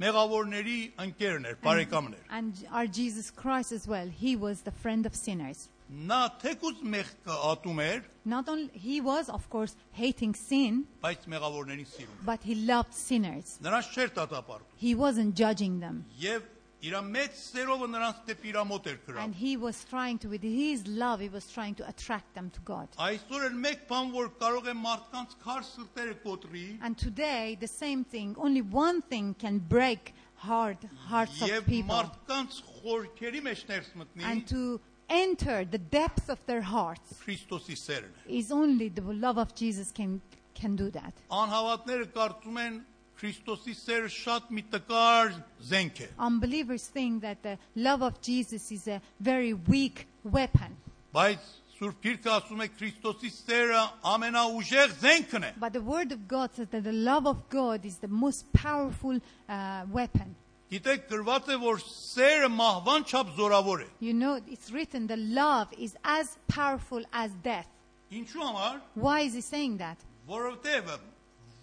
[SPEAKER 1] մեղավորների ընկերն էր, բարեկամն էր։
[SPEAKER 2] And our Jesus Christ as well, he was the friend of sinners.
[SPEAKER 1] Նա թեկուզ մեղքը ատում էր,
[SPEAKER 2] Not only he was of course hating sin,
[SPEAKER 1] բայց մեղավորներին սիրում։ էր։
[SPEAKER 2] but he loved sinners.
[SPEAKER 1] Նրանց չէր դատապարտում
[SPEAKER 2] He wasn't judging them.
[SPEAKER 1] եւ իր մեծ սերովը նրանց դեպի իր մոտ էր
[SPEAKER 2] And
[SPEAKER 1] գրավում։
[SPEAKER 2] he was trying to, with his love, he was trying to attract them to God.
[SPEAKER 1] Այսօր էլ մեկ բան որ կարող է մարդկանց քար սրտերը կոտրի
[SPEAKER 2] And today, the same thing, only one thing can break hard hearts of
[SPEAKER 1] եւ
[SPEAKER 2] people
[SPEAKER 1] մարդկանց խորքերի մեջ ներս մտնի
[SPEAKER 2] and to enter the depths of their hearts
[SPEAKER 1] Քրիստոսի սերն է։
[SPEAKER 2] is only the love of Jesus can, can do that.
[SPEAKER 1] Անհավատները կարծում են Քրիստոսի սերը շատ մի տկար զենք է,
[SPEAKER 2] Unbelievers think that the love of Jesus is a very weak weapon.
[SPEAKER 1] բայց Սուրբ Գիրքը ասում է Քրիստոսի սերը ամենաուժեղ զենքն է։
[SPEAKER 2] But the Word of God says that the love of God is the most powerful uh, weapon.
[SPEAKER 1] Գիտեք, գրված է, որ սերը մահվան չափ զորավոր է։
[SPEAKER 2] You know, it's written the love is as powerful as death.
[SPEAKER 1] Ինչու՞ համար,
[SPEAKER 2] Why is he saying that?
[SPEAKER 1] որովհետև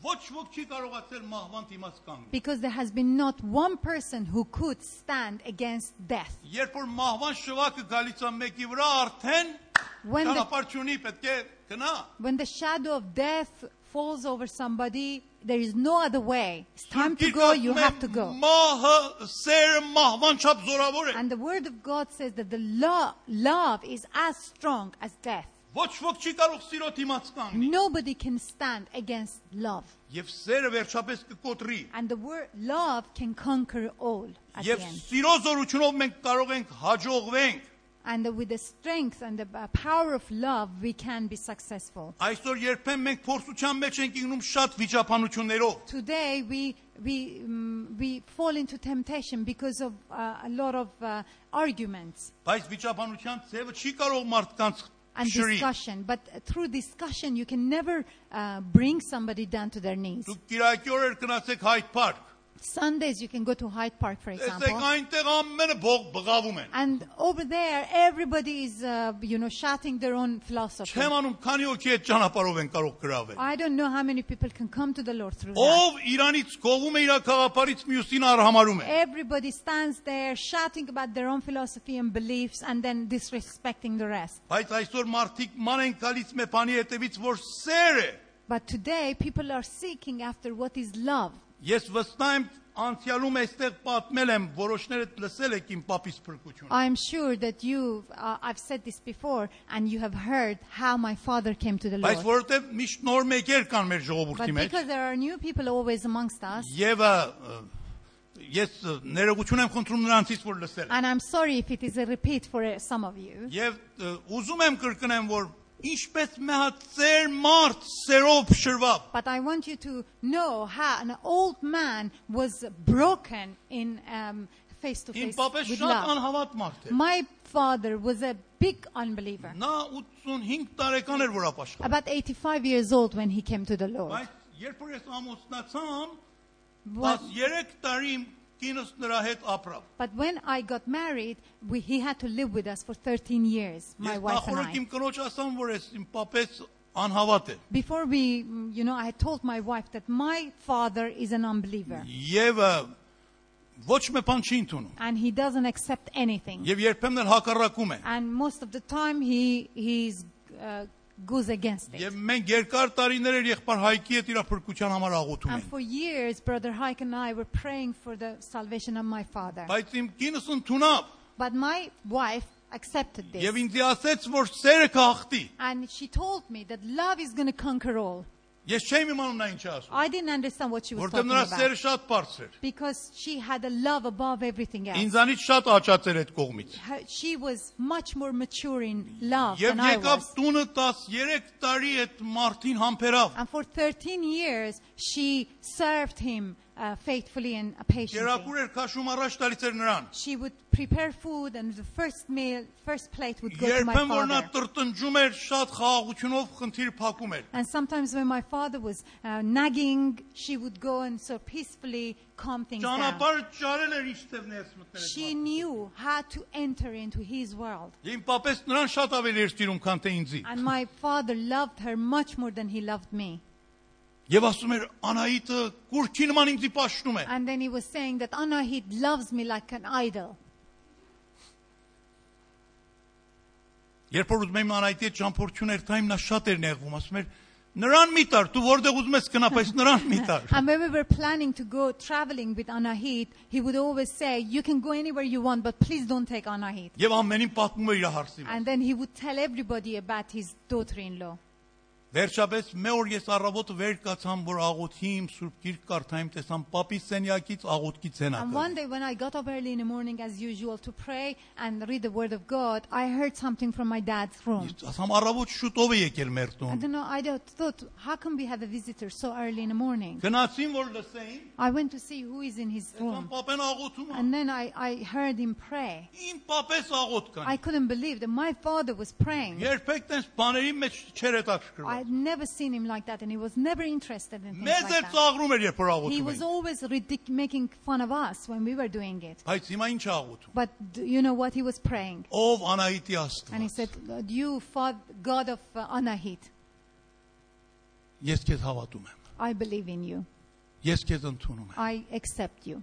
[SPEAKER 1] ոչ ոք չի կարողացել մահվան դիմաց կանգնել։
[SPEAKER 2] Because there has been not one person who could stand against death.
[SPEAKER 1] Երբ որ մահվան շվակը գալիս է մեկի վրա, արդեն
[SPEAKER 2] When the-
[SPEAKER 1] ճանապարհունի պետք է գնա։
[SPEAKER 2] When the shadow of death falls over somebody, there is no other way. It's time to go, you have to go.
[SPEAKER 1] Մահը սերը մահվան չափ զորավոր է։
[SPEAKER 2] And the word of God says that the lo- love is as strong as death.
[SPEAKER 1] Ոչ ոք չի կարող սիրո դիմաց կանգնի։
[SPEAKER 2] Nobody can stand against love.
[SPEAKER 1] Եվ սերը վերջապես կկոտրի։
[SPEAKER 2] And the word love can conquer all at the
[SPEAKER 1] Եվ
[SPEAKER 2] end.
[SPEAKER 1] սիրո զորությունով մենք կարող ենք հաջողվենք։
[SPEAKER 2] And with the strength and the uh, power of love, we can be successful.
[SPEAKER 1] Այսօր երբեմն մենք փորձության մեջ ենք ինգնում շատ վիճաբանություններով։
[SPEAKER 2] Today we we um, we fall into temptation because of uh, a lot of uh, arguments
[SPEAKER 1] Բայց վիճաբանության ծևը չի կարող մարդկանց
[SPEAKER 2] and
[SPEAKER 1] շրի։
[SPEAKER 2] discussion. But through discussion, you can never uh, bring somebody down to their knees.
[SPEAKER 1] Դուք Կիրակի օրեր գնացեք Հայտ Պարկ։
[SPEAKER 2] Sundays you can go to Hyde Park, for
[SPEAKER 1] Տեսեք
[SPEAKER 2] example.
[SPEAKER 1] այնտեղ ամենը բող բղավում են։
[SPEAKER 2] And over there, everybody is, uh, you know, shouting their own philosophy.
[SPEAKER 1] Չեմ անում քանի օքի այդ ճանապարհով են կարող գրավել։
[SPEAKER 2] I don't know how many people can come to the Lord through that.
[SPEAKER 1] Ով իրանից գովում է իր խաղապարից մյուսին արհամարում է։
[SPEAKER 2] Everybody stands there shouting about their own philosophy and beliefs and then disrespecting the rest.
[SPEAKER 1] Բայց այսօր մարդիկ ման են գալիս մե բանի հետևից, որ սեր է։
[SPEAKER 2] But today, people are seeking after what is love.
[SPEAKER 1] Ես վստահ եմ անցյալում այստեղ պատմել եմ, որոշները լսել եք իմ papis փրկությունը։
[SPEAKER 2] I'm sure that you, uh, I've said this before, and you have heard how my father came to the
[SPEAKER 1] Բայց
[SPEAKER 2] Lord.
[SPEAKER 1] որովհետև միշտ նոր մեկեր կան մեր ժողովրդի
[SPEAKER 2] But
[SPEAKER 1] մեջ,
[SPEAKER 2] because there are new people always amongst us,
[SPEAKER 1] եւ ա, ը, ես ը, ներողություն եմ խնդրում նրանցից, որ լսել։ են։
[SPEAKER 2] and I'm sorry if it is a repeat for uh, some of you,
[SPEAKER 1] Եվ ը, ուզում եմ կրկնեմ, որ ինչպես մի հատ ծեր մարդ սերով շրվա,
[SPEAKER 2] but I want you to know how an old man was broken in um, face to
[SPEAKER 1] Իմ
[SPEAKER 2] face
[SPEAKER 1] պապս
[SPEAKER 2] with
[SPEAKER 1] շատ
[SPEAKER 2] love.
[SPEAKER 1] անհավատ մարդ էր։
[SPEAKER 2] My father was a big unbeliever,
[SPEAKER 1] Նա 85 տարեկան էր որ ապաշխարում։
[SPEAKER 2] about 85 years old when he came to the Lord.
[SPEAKER 1] Բայց երբ որ ես ամուսնացամ,
[SPEAKER 2] But,
[SPEAKER 1] 13 տարի իմ կինս նրա հետ ապրավ։
[SPEAKER 2] but when I got married, we, he had to live with us for 13 years, my
[SPEAKER 1] Ես
[SPEAKER 2] wife and
[SPEAKER 1] նախորդ
[SPEAKER 2] I.
[SPEAKER 1] իմ կնոջ ասամ, որ ես իմ պապես անհավատ է։
[SPEAKER 2] Before we, mm, you know, I had told my wife that my father is an unbeliever
[SPEAKER 1] Եվ ը, ոչ մի բան չի ընդունում։
[SPEAKER 2] and he doesn't accept anything.
[SPEAKER 1] Եվ երբեմն էլ հակառակում է։
[SPEAKER 2] And most of the time he he's uh, goes against it.
[SPEAKER 1] Եվ մենք երկար տարիներ էր եղբար Հայկի հետ իր փրկության համար աղոթում
[SPEAKER 2] And
[SPEAKER 1] էինք։
[SPEAKER 2] for years, Brother Hike and I were praying for the salvation of my father.
[SPEAKER 1] Բայց իմ կինս ընդունավ
[SPEAKER 2] But my wife accepted this.
[SPEAKER 1] եւ ինձ ասեց, որ սերը կհաղթի։
[SPEAKER 2] And she told me that love is going to conquer all.
[SPEAKER 1] Ես չեմ իմանում նա ինչ է ասում,
[SPEAKER 2] I didn't understand what she was
[SPEAKER 1] որտեղ
[SPEAKER 2] talking
[SPEAKER 1] նրա
[SPEAKER 2] about.
[SPEAKER 1] սերը շատ բարձր էր։
[SPEAKER 2] Because she had a love above everything else.
[SPEAKER 1] Ինձանից շատ աճած էր այդ կողմից։
[SPEAKER 2] Her- She was much more mature in love than
[SPEAKER 1] Եվ
[SPEAKER 2] I
[SPEAKER 1] եկավ
[SPEAKER 2] was.
[SPEAKER 1] տունը 13 տարի այդ մարդին համբերավ։
[SPEAKER 2] And for 13 years, she served him uh, faithfully and patiently.
[SPEAKER 1] Երակուր էր քաշում առաջ տալիս էր նրան։
[SPEAKER 2] She would prepare food, and the first meal, first plate would go to my
[SPEAKER 1] Երբեմն որ նա
[SPEAKER 2] father.
[SPEAKER 1] տրտնջում էր, շատ խաղաղությունով խնդիր փակում էր։
[SPEAKER 2] And sometimes when my father was uh, nagging, she would go and so peacefully calm things down.
[SPEAKER 1] Ճանապարհը ճարել էր ինչ տևն էս մտնել։ այդ
[SPEAKER 2] She
[SPEAKER 1] մարդը։
[SPEAKER 2] knew how to enter into his world.
[SPEAKER 1] Եվ իմ պապես նրան շատ ավելի էր սիրում, քան թե ինձի։
[SPEAKER 2] And my father loved her much more than he loved me.
[SPEAKER 1] Եվ ասում էր Անահիտը կուրքի նման ինձի պաշտում է։
[SPEAKER 2] And then he was saying that Anahit loves me like an idol.
[SPEAKER 1] Երբ որ ուզում եմ Անահիտի հետ ճամփորդություն էր տայմ, նա շատ էր նեղվում, ասում էր նրան մի տար, դու որտեղ ուզում ես գնա, բայց նրան մի տար։
[SPEAKER 2] And when we were planning to go traveling with Anahit, he would always say, You can go anywhere you want, but please don't take Anahit.
[SPEAKER 1] Եվ ամենին պատմում է իր հարցի մեջ։
[SPEAKER 2] And then he would tell everybody about his daughter in law.
[SPEAKER 1] Վերջապես մի օր ես առավոտը վեր կացամ, որ աղոթիմ Սուրբ Գիրք կարդայիմ, տեսամ պապի սենյակից աղոթքի
[SPEAKER 2] And
[SPEAKER 1] ցենակը։
[SPEAKER 2] one day when I got up early in the morning as usual to pray and read the word of God, I heard something from my dad's room.
[SPEAKER 1] Ասամ առավոտ շուտով է եկել մեր
[SPEAKER 2] I
[SPEAKER 1] տուն։
[SPEAKER 2] don't know, I don't- thought, how come we have a visitor so early in the morning?
[SPEAKER 1] Գնացին որ լսեին,
[SPEAKER 2] I went to see who is in his
[SPEAKER 1] ասամ
[SPEAKER 2] room.
[SPEAKER 1] պապեն աղոթում է։
[SPEAKER 2] And then I, I heard him pray.
[SPEAKER 1] Իմ պապես աղոթ
[SPEAKER 2] I
[SPEAKER 1] կան։
[SPEAKER 2] couldn't believe that my father was praying.
[SPEAKER 1] Երբեք տես բաների մեջ չեր հետաքրքրվում։
[SPEAKER 2] I had never seen him like that, and he was never interested in things
[SPEAKER 1] Մեզ
[SPEAKER 2] like
[SPEAKER 1] էլ
[SPEAKER 2] that.
[SPEAKER 1] ծաղրում էր երբ որ
[SPEAKER 2] He
[SPEAKER 1] աղոթում
[SPEAKER 2] was
[SPEAKER 1] էին։
[SPEAKER 2] always ridic- making fun of us when we were doing it.
[SPEAKER 1] Բայց հիմա ինչ է աղոթում։
[SPEAKER 2] But d- you know what? He was praying.
[SPEAKER 1] Ով Անահիտի
[SPEAKER 2] And he
[SPEAKER 1] Աստված։
[SPEAKER 2] said, "God, You, Fath- God of uh, Anahit,
[SPEAKER 1] Ես քեզ հավատում եմ։
[SPEAKER 2] I believe in you.
[SPEAKER 1] Ես քեզ ընդունում եմ։
[SPEAKER 2] I accept you.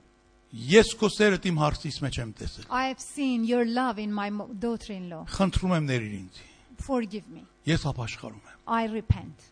[SPEAKER 1] Ես քո սերը իմ հարցից մեջ եմ տեսել։
[SPEAKER 2] I have seen your love in my mo- daughter-in-law.
[SPEAKER 1] Խնդրում եմ ներիր ինձ։
[SPEAKER 2] Forgive me.
[SPEAKER 1] Ես ապաշխարում եմ։
[SPEAKER 2] I repent."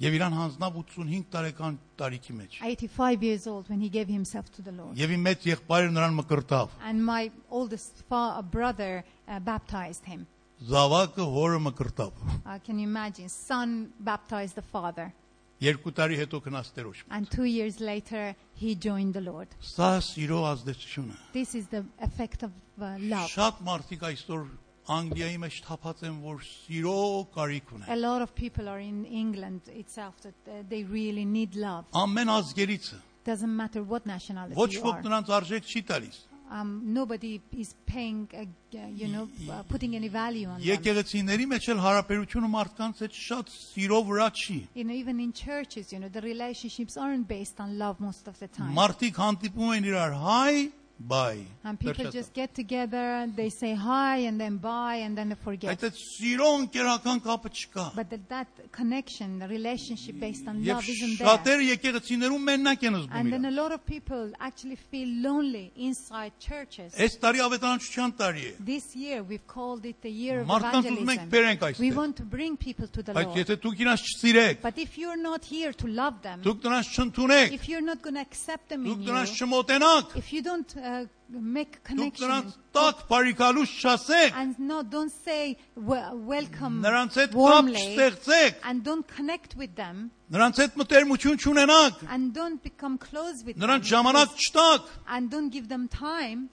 [SPEAKER 1] Եվ իրան հանձնավ 85 տարեկան տարիքի մեջ։
[SPEAKER 2] 85 years old when he gave himself to the Lord.
[SPEAKER 1] Եվ իմ մեծ եղբայրը նրան մկրտավ։
[SPEAKER 2] And my oldest fa- brother uh, baptized him.
[SPEAKER 1] Զավակը հորը մկրտավ։
[SPEAKER 2] Uh, can you imagine? Son baptized the father.
[SPEAKER 1] Երկու տարի հետո գնաց Տերոջ։
[SPEAKER 2] And two years later, he joined the Lord.
[SPEAKER 1] Սա սիրո ազդեցությունը։
[SPEAKER 2] This is the effect of uh, love.
[SPEAKER 1] Շատ մարդիկ այսօր Անգլիայի մեջ թափած են, որ սիրո կարիք
[SPEAKER 2] A
[SPEAKER 1] ունեն։
[SPEAKER 2] lot of people are in England itself that uh, they really need love.
[SPEAKER 1] Ամեն ազգերիցը
[SPEAKER 2] Doesn't matter what nationality
[SPEAKER 1] ոչ
[SPEAKER 2] you
[SPEAKER 1] ոք
[SPEAKER 2] are.
[SPEAKER 1] նրանց արժեք չի տալիս։
[SPEAKER 2] Um, nobody is paying, uh, uh, you know, uh, putting any value on them.
[SPEAKER 1] Եկեղեցիների մեջ էլ հարաբերությունը մարդկանց հետ շատ սիրո վրա չի։
[SPEAKER 2] You know, even in churches, you know, the relationships aren't based on love most of the time.
[SPEAKER 1] Մարդիկ հանդիպում են իրար հայ, բայ։
[SPEAKER 2] And people just get together and they say hi and then bye and then they forget.
[SPEAKER 1] Այդ այդ սիրո ընկերական կապը չկա։
[SPEAKER 2] But that, that connection, the relationship based on
[SPEAKER 1] Եվ
[SPEAKER 2] love isn't there.
[SPEAKER 1] շատերը եկեղեցիներում մենակ են զգում
[SPEAKER 2] And then a
[SPEAKER 1] իրար։
[SPEAKER 2] lot of people actually feel lonely inside churches.
[SPEAKER 1] Այս տարի ավետարանչության տարի է։
[SPEAKER 2] This year we've called it the year of
[SPEAKER 1] Մարդկանց ուզում ենք բերենք
[SPEAKER 2] evangelism. We
[SPEAKER 1] այստեղ։
[SPEAKER 2] want to bring people to the
[SPEAKER 1] Բայց
[SPEAKER 2] Lord.
[SPEAKER 1] եթե դուք իրանց չսիրեք,
[SPEAKER 2] But if you're not here to love them,
[SPEAKER 1] դուք նրանց չընդունեք,
[SPEAKER 2] if you're not going to accept them
[SPEAKER 1] դուք
[SPEAKER 2] in you,
[SPEAKER 1] նրանց չմոտենաք,
[SPEAKER 2] if you don't uh, make
[SPEAKER 1] դուք
[SPEAKER 2] connection
[SPEAKER 1] նրանց տակ բարիկալու չասեք,
[SPEAKER 2] and no, don't say wel- welcome
[SPEAKER 1] նրանց հետ կապ
[SPEAKER 2] warmly
[SPEAKER 1] չստեղծեք,
[SPEAKER 2] and don't connect with them
[SPEAKER 1] նրանց հետ մտերմություն չունենաք,
[SPEAKER 2] and don't become close with them
[SPEAKER 1] նրանց ժամանակ չտաք
[SPEAKER 2] and don't give them time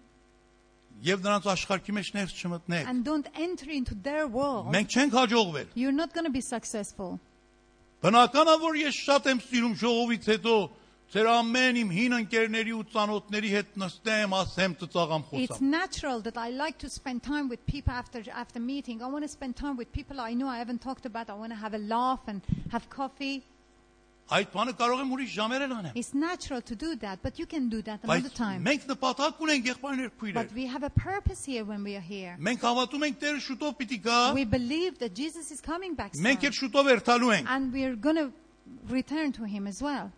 [SPEAKER 1] եւ նրանց աշխարհի մեջ ներս չմտնեք։
[SPEAKER 2] and don't enter into their world,
[SPEAKER 1] Մենք չենք հաջողվել։
[SPEAKER 2] you're not going to be successful.
[SPEAKER 1] Բնական է որ ես շատ եմ սիրում ժողովից հետո Ձեր ամեն իմ հին ընկերների ու ծանոթների հետ նստեմ, ասեմ ծծաղամ
[SPEAKER 2] It's
[SPEAKER 1] խոսամ։
[SPEAKER 2] natural that I like to spend time with people after after meeting. I want to spend time with people I know I haven't talked about. I want to have a laugh and have coffee.
[SPEAKER 1] Այդ բանը կարող եմ ուրիշ ժամեր էլ անեմ։
[SPEAKER 2] It's natural to do that, but you can do that another
[SPEAKER 1] Բայց
[SPEAKER 2] time.
[SPEAKER 1] մենք նպատակ ունենք եղբայրներ
[SPEAKER 2] But
[SPEAKER 1] քույրեր։
[SPEAKER 2] we have a purpose here when we are here.
[SPEAKER 1] Մենք հավատում ենք Տերը շուտով պիտի գա։
[SPEAKER 2] We believe that Jesus is coming back soon.
[SPEAKER 1] Մենք էլ շուտով երթալու ենք։
[SPEAKER 2] And we're going to return to him as well.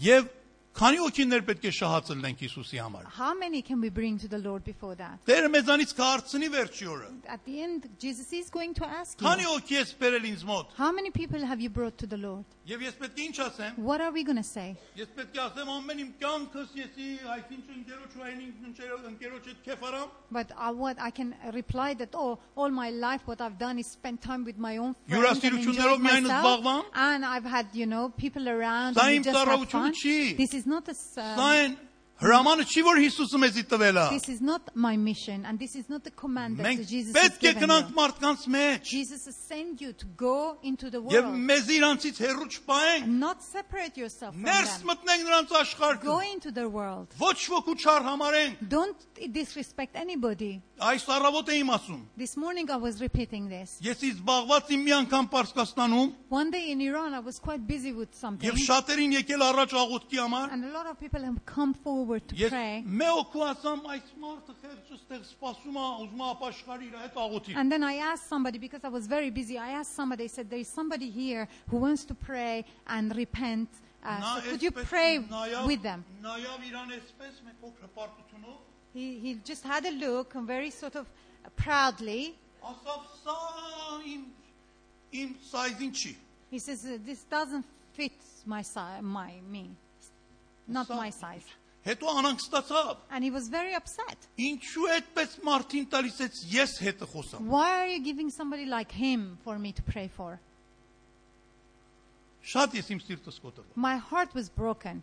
[SPEAKER 1] Եվ քանի օքիններ պետք է շահացնենք Հիսուսի համար։
[SPEAKER 2] How many can we bring to the Lord before that?
[SPEAKER 1] Տերը մեզանից կհարցնի վերջի օրը։
[SPEAKER 2] At the end, Jesus is going to ask
[SPEAKER 1] Քանի
[SPEAKER 2] you,
[SPEAKER 1] օքի ես բերել ինձ մոտ։
[SPEAKER 2] How many people have you brought to the Lord?
[SPEAKER 1] Եվ ես պետք է ինչ ասեմ։
[SPEAKER 2] What are we going to say?
[SPEAKER 1] Ես պետք է ասեմ ամեն իմ կյանքս եսի, այսինքն ընկերոջ ու այն ընկերոջ ընկերոջ հետ քեֆ արամ։
[SPEAKER 2] But I, what I can reply that, oh, all my life what I've done is spend time with my own friends and
[SPEAKER 1] Յուրասիրություններով
[SPEAKER 2] enjoyed
[SPEAKER 1] միայն
[SPEAKER 2] myself.
[SPEAKER 1] զբաղվամ։
[SPEAKER 2] And I've had, you know, people around
[SPEAKER 1] Սա
[SPEAKER 2] and we
[SPEAKER 1] իմ
[SPEAKER 2] just have
[SPEAKER 1] ծառայությունը
[SPEAKER 2] fun.
[SPEAKER 1] չի։
[SPEAKER 2] This is not a, s-
[SPEAKER 1] Սա
[SPEAKER 2] um,
[SPEAKER 1] այն հրամանը չի որ Հիսուսը մեզի տվել է։
[SPEAKER 2] this is not my mission and this is not the command that
[SPEAKER 1] Մենք
[SPEAKER 2] Jesus has
[SPEAKER 1] պետք է
[SPEAKER 2] given
[SPEAKER 1] գնանք
[SPEAKER 2] you.
[SPEAKER 1] մարդկանց մեջ
[SPEAKER 2] Jesus has sent you to go into the
[SPEAKER 1] եւ
[SPEAKER 2] world
[SPEAKER 1] մեզ իրանցից հեռու չպահենք։
[SPEAKER 2] and not separate yourself from
[SPEAKER 1] Ներս
[SPEAKER 2] them.
[SPEAKER 1] մտնենք նրանց
[SPEAKER 2] Go
[SPEAKER 1] աշխարհը։
[SPEAKER 2] into the world.
[SPEAKER 1] Ոչ ոքու չար համարենք։
[SPEAKER 2] Don't disrespect anybody.
[SPEAKER 1] Այս առավոտ եմ ասում։
[SPEAKER 2] This morning I was repeating this.
[SPEAKER 1] Ես ինձ զբաղված իմ մի անգամ Պարսկաստանում
[SPEAKER 2] One day in Iran I was quite busy with something.
[SPEAKER 1] եւ շատերին եկել առաջ աղոթքի համար։
[SPEAKER 2] And a lot of people have come forward to
[SPEAKER 1] Ես
[SPEAKER 2] pray.
[SPEAKER 1] մե օքու ասամ այս մարդը խեղճը ստեղ սպասում է, ուզում է ապաշխարի իր հետ աղոթի։
[SPEAKER 2] And then I asked somebody, because I was very busy, I asked somebody, I said, There is somebody here who wants to pray and repent. Uh, so could you pray with them?
[SPEAKER 1] Նայավ իրան այսպես մեկ փոքր հպարտությունով
[SPEAKER 2] He, he just had a look and very sort of proudly.
[SPEAKER 1] ասավ սա իմ իմ սայզին չի։
[SPEAKER 2] He says, "Uh, This doesn't fit my, si- my me, not
[SPEAKER 1] So-
[SPEAKER 2] my size.
[SPEAKER 1] Հետո անանքստացավ։
[SPEAKER 2] And he was very upset.
[SPEAKER 1] Ինչու այդպես մարդին տալիս ես ես հետը խոսամ։
[SPEAKER 2] Why are you giving somebody like him for me to pray for?
[SPEAKER 1] Շատ ես իմ սիրտս կոտրվա։
[SPEAKER 2] My heart was broken.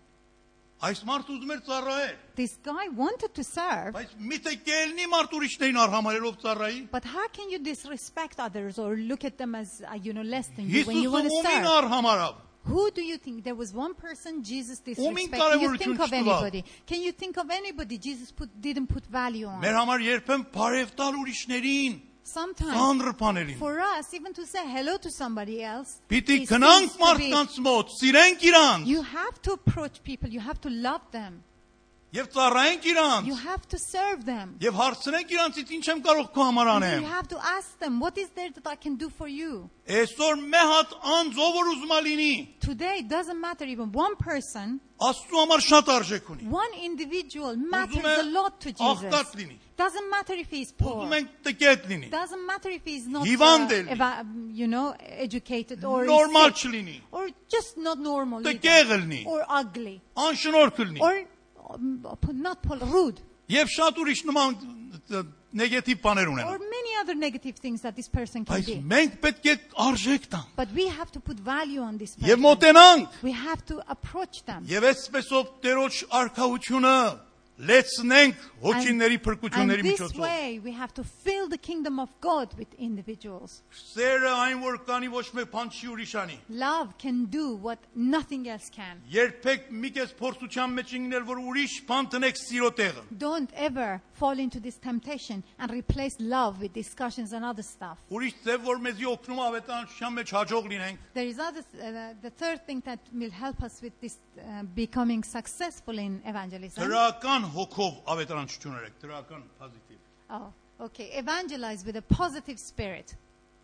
[SPEAKER 1] Այս մարդը ուզում էր ծառայել,
[SPEAKER 2] This guy wanted to serve,
[SPEAKER 1] բայց միտե կելնի մարդ ուրիշներին արհամարելով ծառայի։
[SPEAKER 2] but how can you disrespect others or look at them as uh, you know less than you when you
[SPEAKER 1] Հիսուսը
[SPEAKER 2] want to
[SPEAKER 1] ումին
[SPEAKER 2] serve?
[SPEAKER 1] արհամարավ։
[SPEAKER 2] Who do you think there was one person Jesus disrespected? Can you
[SPEAKER 1] կարևորություն
[SPEAKER 2] think of
[SPEAKER 1] չտվա։
[SPEAKER 2] anybody? Can you think of anybody Jesus put, didn't put value
[SPEAKER 1] Մեր
[SPEAKER 2] on?
[SPEAKER 1] համար երբեմն բարև տալ ուրիշներին,
[SPEAKER 2] Sometimes
[SPEAKER 1] ծանր բաներին։
[SPEAKER 2] for us, even to say hello to somebody else,
[SPEAKER 1] Պիտի
[SPEAKER 2] it seems
[SPEAKER 1] քնանք
[SPEAKER 2] to be-
[SPEAKER 1] մարդկանց մոտ, սիրենք իրանց
[SPEAKER 2] You have to approach people. You have to love them.
[SPEAKER 1] եւ ծառայենք
[SPEAKER 2] You
[SPEAKER 1] իրանց
[SPEAKER 2] have to serve them.
[SPEAKER 1] եւ հարցնենք իրանցից ինչ եմ կարող քո համար
[SPEAKER 2] And
[SPEAKER 1] անեմ։
[SPEAKER 2] you have to ask them, what is there that I can do for you?
[SPEAKER 1] Այսօր մե հատ անձ ով որ ուզում է լինի,
[SPEAKER 2] Today, it doesn't matter even one person,
[SPEAKER 1] Աստծո համար շատ արժեք ունի։
[SPEAKER 2] one individual matters
[SPEAKER 1] է
[SPEAKER 2] a lot to
[SPEAKER 1] աղքատ
[SPEAKER 2] Jesus.
[SPEAKER 1] լինի։
[SPEAKER 2] Doesn't matter if he's poor.
[SPEAKER 1] Ուզում ենք տկետ լինի։
[SPEAKER 2] Doesn't matter if he's not,
[SPEAKER 1] հիվանդ
[SPEAKER 2] uh,
[SPEAKER 1] է լինի։
[SPEAKER 2] eva- you know, educated or is
[SPEAKER 1] Նորմալ
[SPEAKER 2] sick,
[SPEAKER 1] չլինի։
[SPEAKER 2] or just not normal, either,
[SPEAKER 1] Տկեղ լինի։
[SPEAKER 2] or ugly,
[SPEAKER 1] անշնորհք լինի
[SPEAKER 2] or um, not pol- rude,
[SPEAKER 1] եւ շատ ուրիշ նման ը, նեգատիվ բաներ
[SPEAKER 2] or
[SPEAKER 1] ունեն
[SPEAKER 2] many other negative things that this person can
[SPEAKER 1] բայց
[SPEAKER 2] be.
[SPEAKER 1] մենք պետք է արժեք տանք
[SPEAKER 2] But we have to put value on this
[SPEAKER 1] եւ
[SPEAKER 2] person.
[SPEAKER 1] մոտենանք
[SPEAKER 2] We have to approach them.
[SPEAKER 1] եւ այսպեսով Տերոջ արքայությունը լեցնենք հոգիների
[SPEAKER 2] and
[SPEAKER 1] փրկությունների
[SPEAKER 2] this
[SPEAKER 1] միջոցով
[SPEAKER 2] way we have to fill the kingdom of God with individuals.
[SPEAKER 1] սերը այն որ կանի ոչ մեկ բան չի ուրիշանի
[SPEAKER 2] Love can do what nothing else can.
[SPEAKER 1] երբեք մի քես փորձության մեջ ինգնել որ ուրիշ բան տնեք սիրո տեղը
[SPEAKER 2] Don't ever fall into this temptation and replace love with discussions and other stuff.
[SPEAKER 1] ուրիշ ձև որ մեզի օգնում է ավետարանության մեջ հաջող լինենք
[SPEAKER 2] There is other, uh, the third thing that will help us with this uh, becoming successful in evangelism.
[SPEAKER 1] դրական հոգով ավետարանություն արեք դրական pozitiv
[SPEAKER 2] Oh, okay. Evangelize with a positive spirit.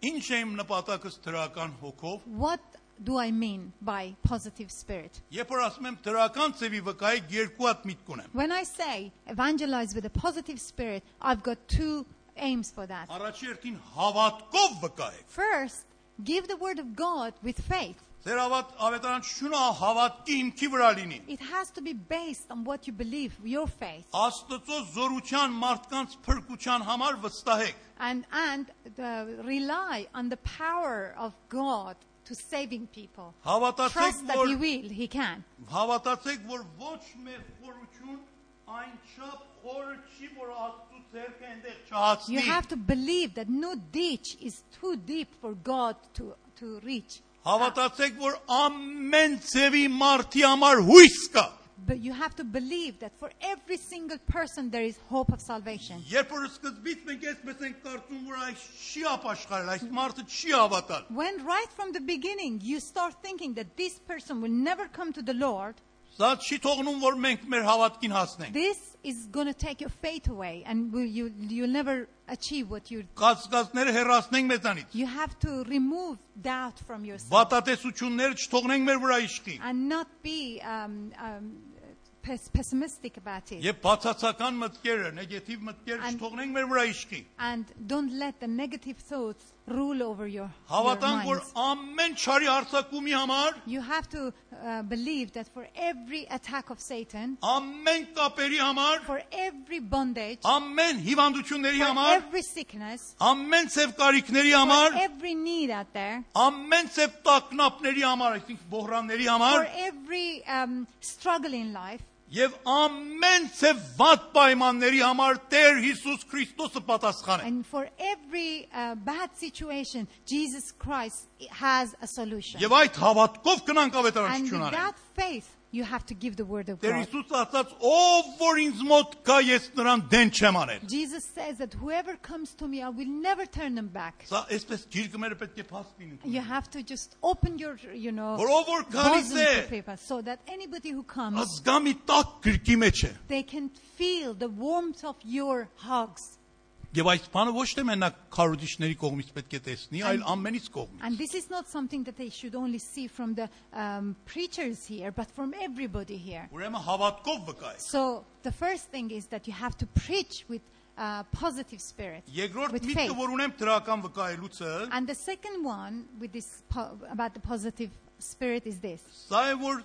[SPEAKER 1] Ինչ եմ նպատակս դրական հոգով,
[SPEAKER 2] What do I mean by positive spirit?
[SPEAKER 1] երբ որ ասում եմ դրական ծեվի վկայեք երկու հատ միտք ունեմ։
[SPEAKER 2] When I say evangelize with a positive spirit, I've got two aims for that.
[SPEAKER 1] Առաջերտին հավատքով վկայեք։
[SPEAKER 2] First, give the word of God with faith.
[SPEAKER 1] Ձեր հավատ ավետարանչությունը հավատքի հիմքի վրա լինի։
[SPEAKER 2] It has to be based on what you believe, your faith.
[SPEAKER 1] Աստծո զորության մարդկանց փրկության համար վստահեք։
[SPEAKER 2] And, and uh, rely on the power of God to saving people.
[SPEAKER 1] Հավատացեք,
[SPEAKER 2] Trust that
[SPEAKER 1] որ
[SPEAKER 2] He will, He can.
[SPEAKER 1] հավատացեք, որ ոչ մեկ խորություն այնչափ խորը չի, որ Աստծո ձեռքը այնտեղ
[SPEAKER 2] You
[SPEAKER 1] չհասնի։
[SPEAKER 2] have to believe that no ditch is too deep for God to, to reach.
[SPEAKER 1] Հավատացեք, որ ամեն ծեվի մարդի համար հույս կա։
[SPEAKER 2] but you have to believe that for every single person there is hope of salvation.
[SPEAKER 1] Երբ որ սկզբից մենք այսպես ենք կարծում, որ այս չի ապաշխարել, այս մարդը չի հավատալ,
[SPEAKER 2] When right from the beginning you start thinking that this person will never come to the Lord,
[SPEAKER 1] սա չի թողնում, որ մենք մեր հավատքին հասնենք։
[SPEAKER 2] this is going to take your faith away and will you you'll never achieve what you
[SPEAKER 1] Կասկածները հեռացնենք մեզանից։
[SPEAKER 2] you have to remove doubt from yourself
[SPEAKER 1] Վատատեսությունները չթողնենք մեր վրա իշխի։
[SPEAKER 2] and not be um, um, pes- pessimistic about it
[SPEAKER 1] Եվ բացասական մտքերը, նեգատիվ մտքերը
[SPEAKER 2] Ան-
[SPEAKER 1] չթողնենք մեր վրա իշխի։
[SPEAKER 2] and don't let the negative thoughts rule over your, your
[SPEAKER 1] Հավատանք, որ
[SPEAKER 2] minds.
[SPEAKER 1] ամեն չարի հարցակումի համար,
[SPEAKER 2] You have to uh, believe that for every attack of Satan,
[SPEAKER 1] ամեն կապերի համար,
[SPEAKER 2] for every bondage,
[SPEAKER 1] ամեն հիվանդությունների
[SPEAKER 2] for
[SPEAKER 1] համար,
[SPEAKER 2] every sickness,
[SPEAKER 1] ամեն ցև կարիքների
[SPEAKER 2] for
[SPEAKER 1] համար,
[SPEAKER 2] every need out there,
[SPEAKER 1] ամեն ցև տակնապների համար, այսինքն բոհրանների համար,
[SPEAKER 2] for every um, struggle in life,
[SPEAKER 1] Եվ ամեն ցև ված պայմանների համար Տեր Հիսուս Քրիստոսը պատասխան է։
[SPEAKER 2] and for every uh, bad situation, Jesus Christ has a solution.
[SPEAKER 1] Եվ այդ հավատքով գնանք
[SPEAKER 2] And
[SPEAKER 1] ավետարանչություն
[SPEAKER 2] with
[SPEAKER 1] անել։
[SPEAKER 2] that faith, you have to give the word of
[SPEAKER 1] Տեր
[SPEAKER 2] God.
[SPEAKER 1] Հիսուսը ասաց. «Ով որ ինձ մոտ գա, ես նրան դեն չեմ անել»։
[SPEAKER 2] Jesus says that whoever comes to me, I will never turn them back.
[SPEAKER 1] Սա այսպես գիրքը մերը պետք է փաստին
[SPEAKER 2] You
[SPEAKER 1] ընդունի։
[SPEAKER 2] have to just open your, you know,
[SPEAKER 1] Որ ով որ գալիս
[SPEAKER 2] bosom
[SPEAKER 1] է,
[SPEAKER 2] to people so that anybody who comes,
[SPEAKER 1] ազգամի տակ գրկի մեջ է։
[SPEAKER 2] they can feel the warmth of your hugs.
[SPEAKER 1] Եվ այս բանը ոչ թե մենակ քարոդիչների կողմից պետք է տեսնի, այլ ամենից կողմից։
[SPEAKER 2] And this is not something that they should only see from the um, preachers here, but from everybody here.
[SPEAKER 1] Ուրեմն հավատքով վկայես։
[SPEAKER 2] So the first thing is that you have to preach with uh, positive spirit,
[SPEAKER 1] Երկրորդ
[SPEAKER 2] with faith.
[SPEAKER 1] միտքը, որ ունեմ դրական վկայելուցը,
[SPEAKER 2] And the second one with this po- about the positive spirit is this.
[SPEAKER 1] Սա է որ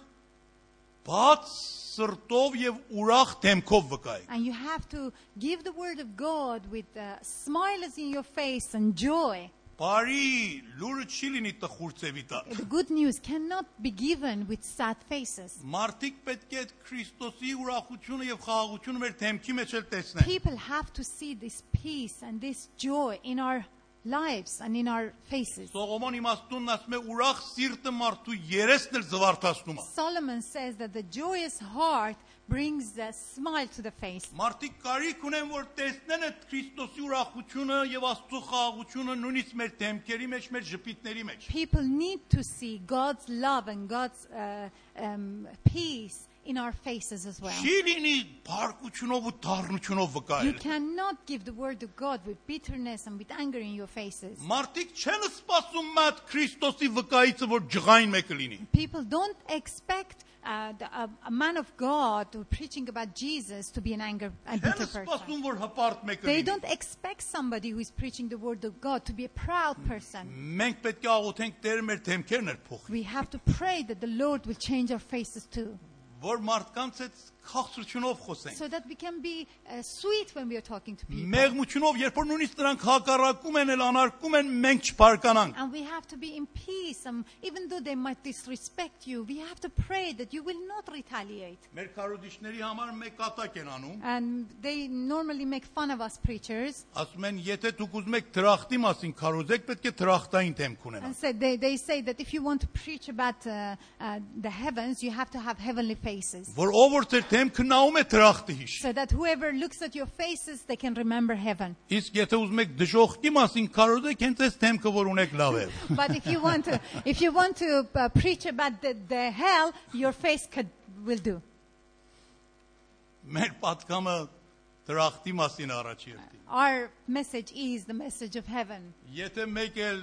[SPEAKER 1] բաց սրտով եւ ուրախ դեմքով վկայեք։
[SPEAKER 2] And you have to give the word of God with uh, smiles in your face and joy.
[SPEAKER 1] Բարի լուրը չի լինի տխուր ծևի տակ։
[SPEAKER 2] The good news cannot be given with sad faces.
[SPEAKER 1] Մարդիկ պետք է այդ Քրիստոսի ուրախությունը եւ խաղաղությունը մեր դեմքի մեջ էլ տեսնեն։
[SPEAKER 2] People have to see this peace and this joy in our lives and in our faces.
[SPEAKER 1] Սողոմոն իմաստունն ասում է ուրախ սիրտը մարդու երեսն էլ զվարթացնում է։
[SPEAKER 2] Solomon says that the joyous heart brings a smile to the face.
[SPEAKER 1] Մարդիկ կարիք ունեն որ տեսնեն այդ Քրիստոսի ուրախությունը եւ Աստծո խաղաղությունը նույնիսկ մեր դեմքերի մեջ, մեր ժպիտների մեջ։
[SPEAKER 2] People need to see God's love and God's uh, um, peace in our faces as well.
[SPEAKER 1] Չի լինի բարկությունով ու դառնությունով
[SPEAKER 2] You
[SPEAKER 1] վկայել։
[SPEAKER 2] cannot give the word of God with bitterness and with anger in your faces.
[SPEAKER 1] Մարդիկ չեն սպասում մատ Քրիստոսի վկայիցը որ ջղային մեկը լինի։
[SPEAKER 2] People don't expect uh, the, a, a man of God who preaching about Jesus to be an anger and
[SPEAKER 1] Չեն
[SPEAKER 2] bitter person.
[SPEAKER 1] սպասում որ հպարտ մեկը
[SPEAKER 2] They
[SPEAKER 1] լինի։
[SPEAKER 2] don't expect somebody who is preaching the word of God to be a proud person.
[SPEAKER 1] Մենք պետք է աղոթենք Տեր մեր թեմքերն էլ փոխի,
[SPEAKER 2] We have to pray that the Lord will change our faces too,
[SPEAKER 1] որ մարդկանց այդ խաղցությունով խոսենք։
[SPEAKER 2] so that we can be uh, sweet when we are talking to people.
[SPEAKER 1] Մեղմությունով, երբ որ նույնիսկ նրանք հակառակում են, էլ անարգում են, մենք չբարկանանք։
[SPEAKER 2] And we have to be in peace. And even though they might disrespect you, we have to pray that you will not retaliate.
[SPEAKER 1] Մեր քարոդիչների համար մեկ ատակ են անում։
[SPEAKER 2] And they normally make fun of us preachers
[SPEAKER 1] Ասում են, եթե դուք ուզում եք դրախտի մասին քարոզեք, պետք է դրախտային թեմք
[SPEAKER 2] and
[SPEAKER 1] ունենաք։
[SPEAKER 2] say, they, they say that if you want to preach about uh, uh, the heavens, you have to have heavenly faces.
[SPEAKER 1] Որ ով որ ձեր թեմքը նաում է դրախտը հիշի։
[SPEAKER 2] So that whoever looks at your faces, they can remember heaven.
[SPEAKER 1] Իսկ եթե ուզում եք դժողքի մասին քարոզեք, հենց այս թեմքը որ ունեք լավ է։
[SPEAKER 2] But if you want to, if you want to uh, preach about the, the hell, your face could, will do.
[SPEAKER 1] Մեր պատկամը դրախտի մասին առաջ երթին։
[SPEAKER 2] Our message is the message of heaven.
[SPEAKER 1] Եթե մեկ էլ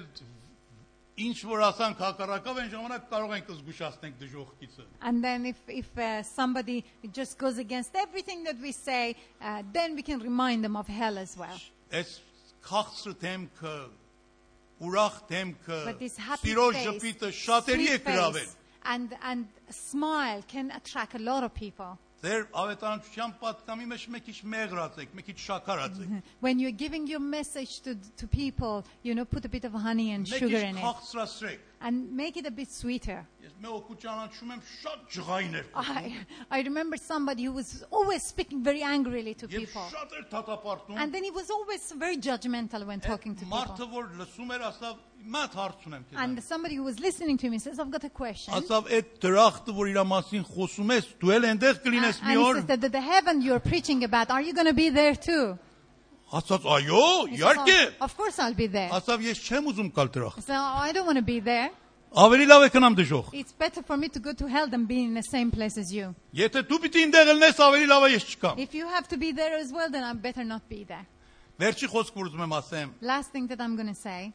[SPEAKER 1] ինչ որ ասանք հակառակով այն ժամանակ կարող ենք զգուշացնենք դժողքիցը։
[SPEAKER 2] And then if, if uh, somebody just goes against everything that we say, uh, then we can remind them of hell as well.
[SPEAKER 1] Այս քաղցր թեմքը, ուրախ թեմքը,
[SPEAKER 2] But this happy
[SPEAKER 1] սիրո
[SPEAKER 2] face,
[SPEAKER 1] ժպիտը շատերի է
[SPEAKER 2] sweet face
[SPEAKER 1] գրավել։
[SPEAKER 2] And and a smile can attract a lot of people.
[SPEAKER 1] Ձեր ավետարանչության պատկամի մեջ մի քիչ մեղրացեք, մի քիչ շաքարացեք,
[SPEAKER 2] When you're giving your message to to people, you know, put a bit of honey and
[SPEAKER 1] մի
[SPEAKER 2] sugar
[SPEAKER 1] քիչ
[SPEAKER 2] in it
[SPEAKER 1] քաղցրացրեք։
[SPEAKER 2] and make it a bit sweeter.
[SPEAKER 1] Ես մեկ օկու ճանաչում եմ շատ ջղայներ։
[SPEAKER 2] I I remember somebody who was always speaking very angrily to
[SPEAKER 1] Եվ
[SPEAKER 2] people.
[SPEAKER 1] շատ էր թաթապարտում։
[SPEAKER 2] And then he was always very judgmental when talking to people.
[SPEAKER 1] Մարդը որ լսում էր, ասավ, Մատ հարց ունեմ քեզ։
[SPEAKER 2] And somebody who was listening to me says, I've got a question.
[SPEAKER 1] Ասավ այդ դրախտը, որ իր մասին խոսում ես, դու էլ այնտեղ
[SPEAKER 2] And,
[SPEAKER 1] կլինես մի
[SPEAKER 2] and he
[SPEAKER 1] օր։
[SPEAKER 2] says that the- the heaven you're preaching about, are you going to be there too?
[SPEAKER 1] Ասած, այո,
[SPEAKER 2] He says,
[SPEAKER 1] իհարկե։
[SPEAKER 2] "Oh, of course I'll be there.
[SPEAKER 1] Ասավ, ես չեմ ուզում գալ դրախտ։
[SPEAKER 2] So I don't want to be there.
[SPEAKER 1] Ավելի լավ է կնամ դժոխ։
[SPEAKER 2] It's better for me to go to hell than be in the same place as you.
[SPEAKER 1] Եթե դու պիտի այնտեղ լինես, ավելի լավ է ես չկամ։
[SPEAKER 2] If you have to be there as well, then I better not be there.
[SPEAKER 1] Վերջի խոսքը որ ուզում եմ ասեմ,
[SPEAKER 2] Last thing that I'm going to say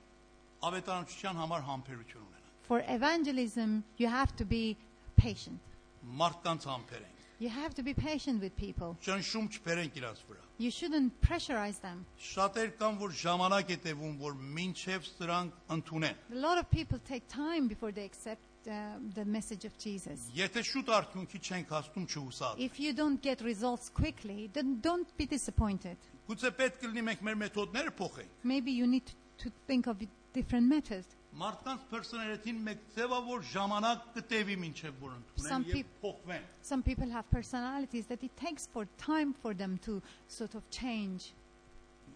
[SPEAKER 1] ավետարանչության համար համբերություն ունենանք։
[SPEAKER 2] for evangelism, you have to be patient.
[SPEAKER 1] Մարդկանց համբերենք։
[SPEAKER 2] You have to be patient with people.
[SPEAKER 1] Ճնշում չբերենք իրաց վրա։
[SPEAKER 2] You shouldn't pressurize them.
[SPEAKER 1] Շատեր կան, որ ժամանակ է տևում, որ մինչև սրանք ընդունեն։
[SPEAKER 2] A lot of people take time before they accept uh, the message of Jesus.
[SPEAKER 1] Եթե շուտ արդյունքի չենք հասնում չհուսած։
[SPEAKER 2] If you don't get results quickly, then don't be disappointed.
[SPEAKER 1] Գուցե պետք կլինի մենք մեր մեթոդները փոխենք։
[SPEAKER 2] Maybe you need to think of a different method.
[SPEAKER 1] Մարդկանց personality-ն մեկ ձևա որ ժամանակ կտևի մինչև որ
[SPEAKER 2] Some
[SPEAKER 1] ընդունեն եւ
[SPEAKER 2] peop-
[SPEAKER 1] փոխվեն։
[SPEAKER 2] Some people have personalities that it takes for time for them to sort of change.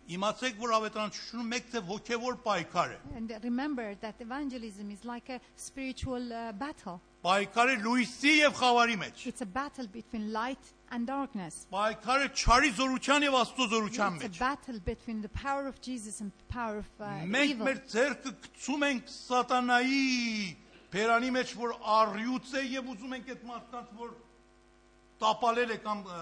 [SPEAKER 1] Իմացեք, որ ավետարանչությունը մեկ ձև հոգեվոր պայքար է։
[SPEAKER 2] And remember that evangelism is like a spiritual uh, battle.
[SPEAKER 1] Պայքարը լույսի եւ խավարի մեջ։
[SPEAKER 2] It's a battle between light and darkness.
[SPEAKER 1] Պայքարը չարի զորության եւ Աստծո զորության
[SPEAKER 2] It's
[SPEAKER 1] մեջ։
[SPEAKER 2] a battle between the power of Jesus and the power of uh,
[SPEAKER 1] Մենք
[SPEAKER 2] evil.
[SPEAKER 1] մեր ձեռքը գցում ենք սատանայի բերանի մեջ, որ առյուծ է եւ ուզում ենք այդ մարդկանց, որ տապալել է կամ ը,